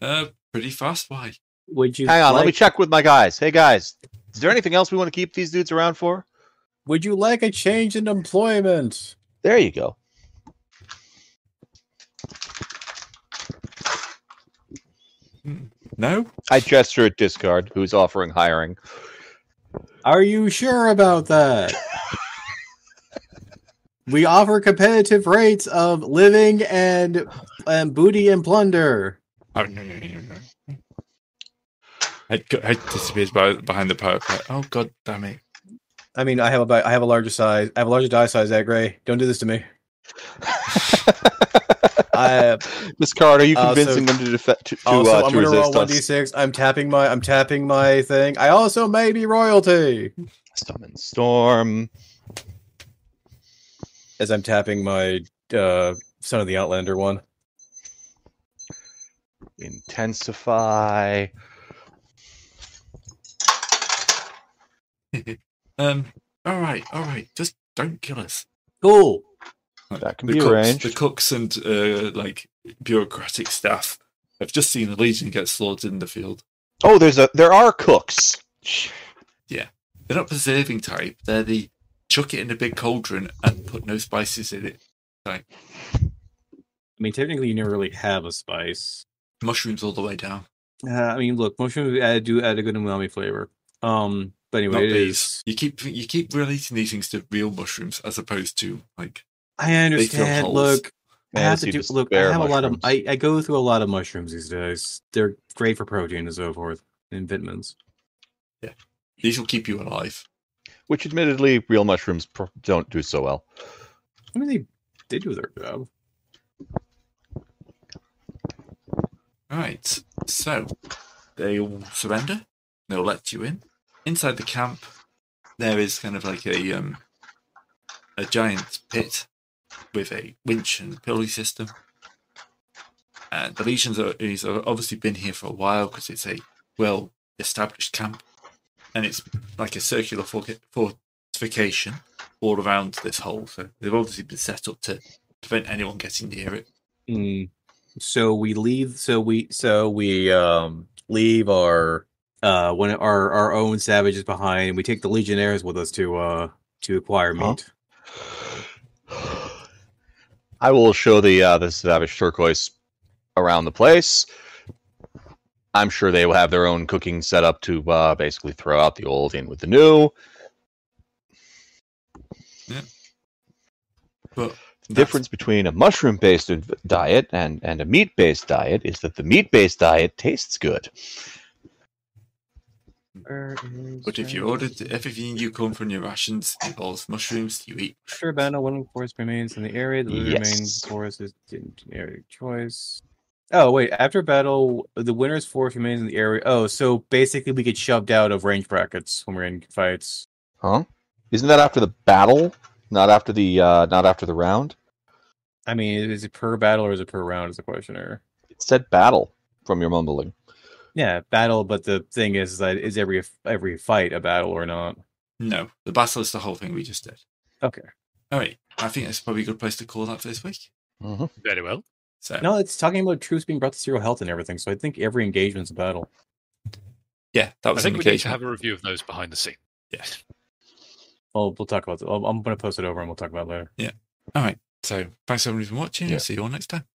Uh, pretty fast. Why? Would you Hang on, like, let me check with my guys. Hey guys, is there anything else we want to keep these dudes around for? Would you like a change in employment? There you go. No. I gesture at Discard, who's offering hiring. Are you sure about that? we offer competitive rates of living and and booty and plunder. Oh no no no no. Head, go- head disappears by, behind the parapet. Oh god damn it! I mean, I have a bi- I have a larger size. I have a larger die size. eh, That gray. Don't do this to me. I Discard, are you Uh, so- convincing them to, def- to, to, also uh, I'm to gonna roll resist one us? d six. I'm tapping my I'm tapping my thing. I also may be royalty Summon Storm. as I'm tapping my uh, son of the Outlander one. Intensify. Um. All right, all right. Just don't kill us. Cool. That can The be cooks, arranged. the cooks and uh, like bureaucratic staff have just seen the legion get slaughtered in the field. Oh, there's a there are cooks. They're not preserving type. They're the chuck it in a big cauldron and put no spices in it. I mean, technically, you never really have a spice. Mushrooms all the way down. Uh, I mean, look, mushrooms add, do add a good umami flavor. Um, but Not anyway, it these. is. You keep you keep relating these things to real mushrooms as opposed to like I understand. holes. Look, I have Unless to you do. just Look, I spare have a lot of. mushrooms. I, I go through a lot of mushrooms these days. They're great for protein and so forth, and vitamins. these will keep you alive. which admittedly real mushrooms pr- don't do so well. I mean, they they do their job. Right. So they'll surrender. They'll let you in. Inside the camp, there is kind of like a um a giant pit with a winch and pulley system. Uh, the legions are is obviously been here for a while because it's a well established camp, and it's like a circular forca- fortification all around this hole. So they've obviously been set up to prevent anyone getting near it. Mm. So we leave. So we so we um leave our uh one of our our own savages behind. We take the legionnaires with us to uh to acquire meat. Huh? I will show the uh, the Savage Turquoise around the place. I'm sure they will have their own cooking set up to uh, basically throw out the old in with the new. But The that's- difference between a mushroom based diet and, and a meat based diet is that the meat based diet tastes good. But if you ordered everything you come from your rations involves mushrooms, you eat. After battle, one forest remains in the area. The Yes. remaining forest is in area of choice. Oh wait, after battle, the winner's forest remains in the area. Oh, so basically we get shoved out of range brackets when we're in fights. Huh? Isn't that after the battle? Not after the uh, not after the round? I mean, is it per battle or is it per round? Is the questioner. It said battle from your mumbling. Yeah, battle. But the thing is, that is every every fight a battle or not? No, the battle is the whole thing we just did. Okay. All right, I think that's probably a good place to call that for this week. Mhm. Very well. So No, it's talking about troops being brought to zero health and everything. So I think every engagement's a battle. yeah, that I was an think we need to occasion. have a review of those behind the scenes. Yes. Well, we'll talk about. I'm going to post it over and we'll talk about it later. All right. So thanks everyone for watching. Yeah. See you all next time.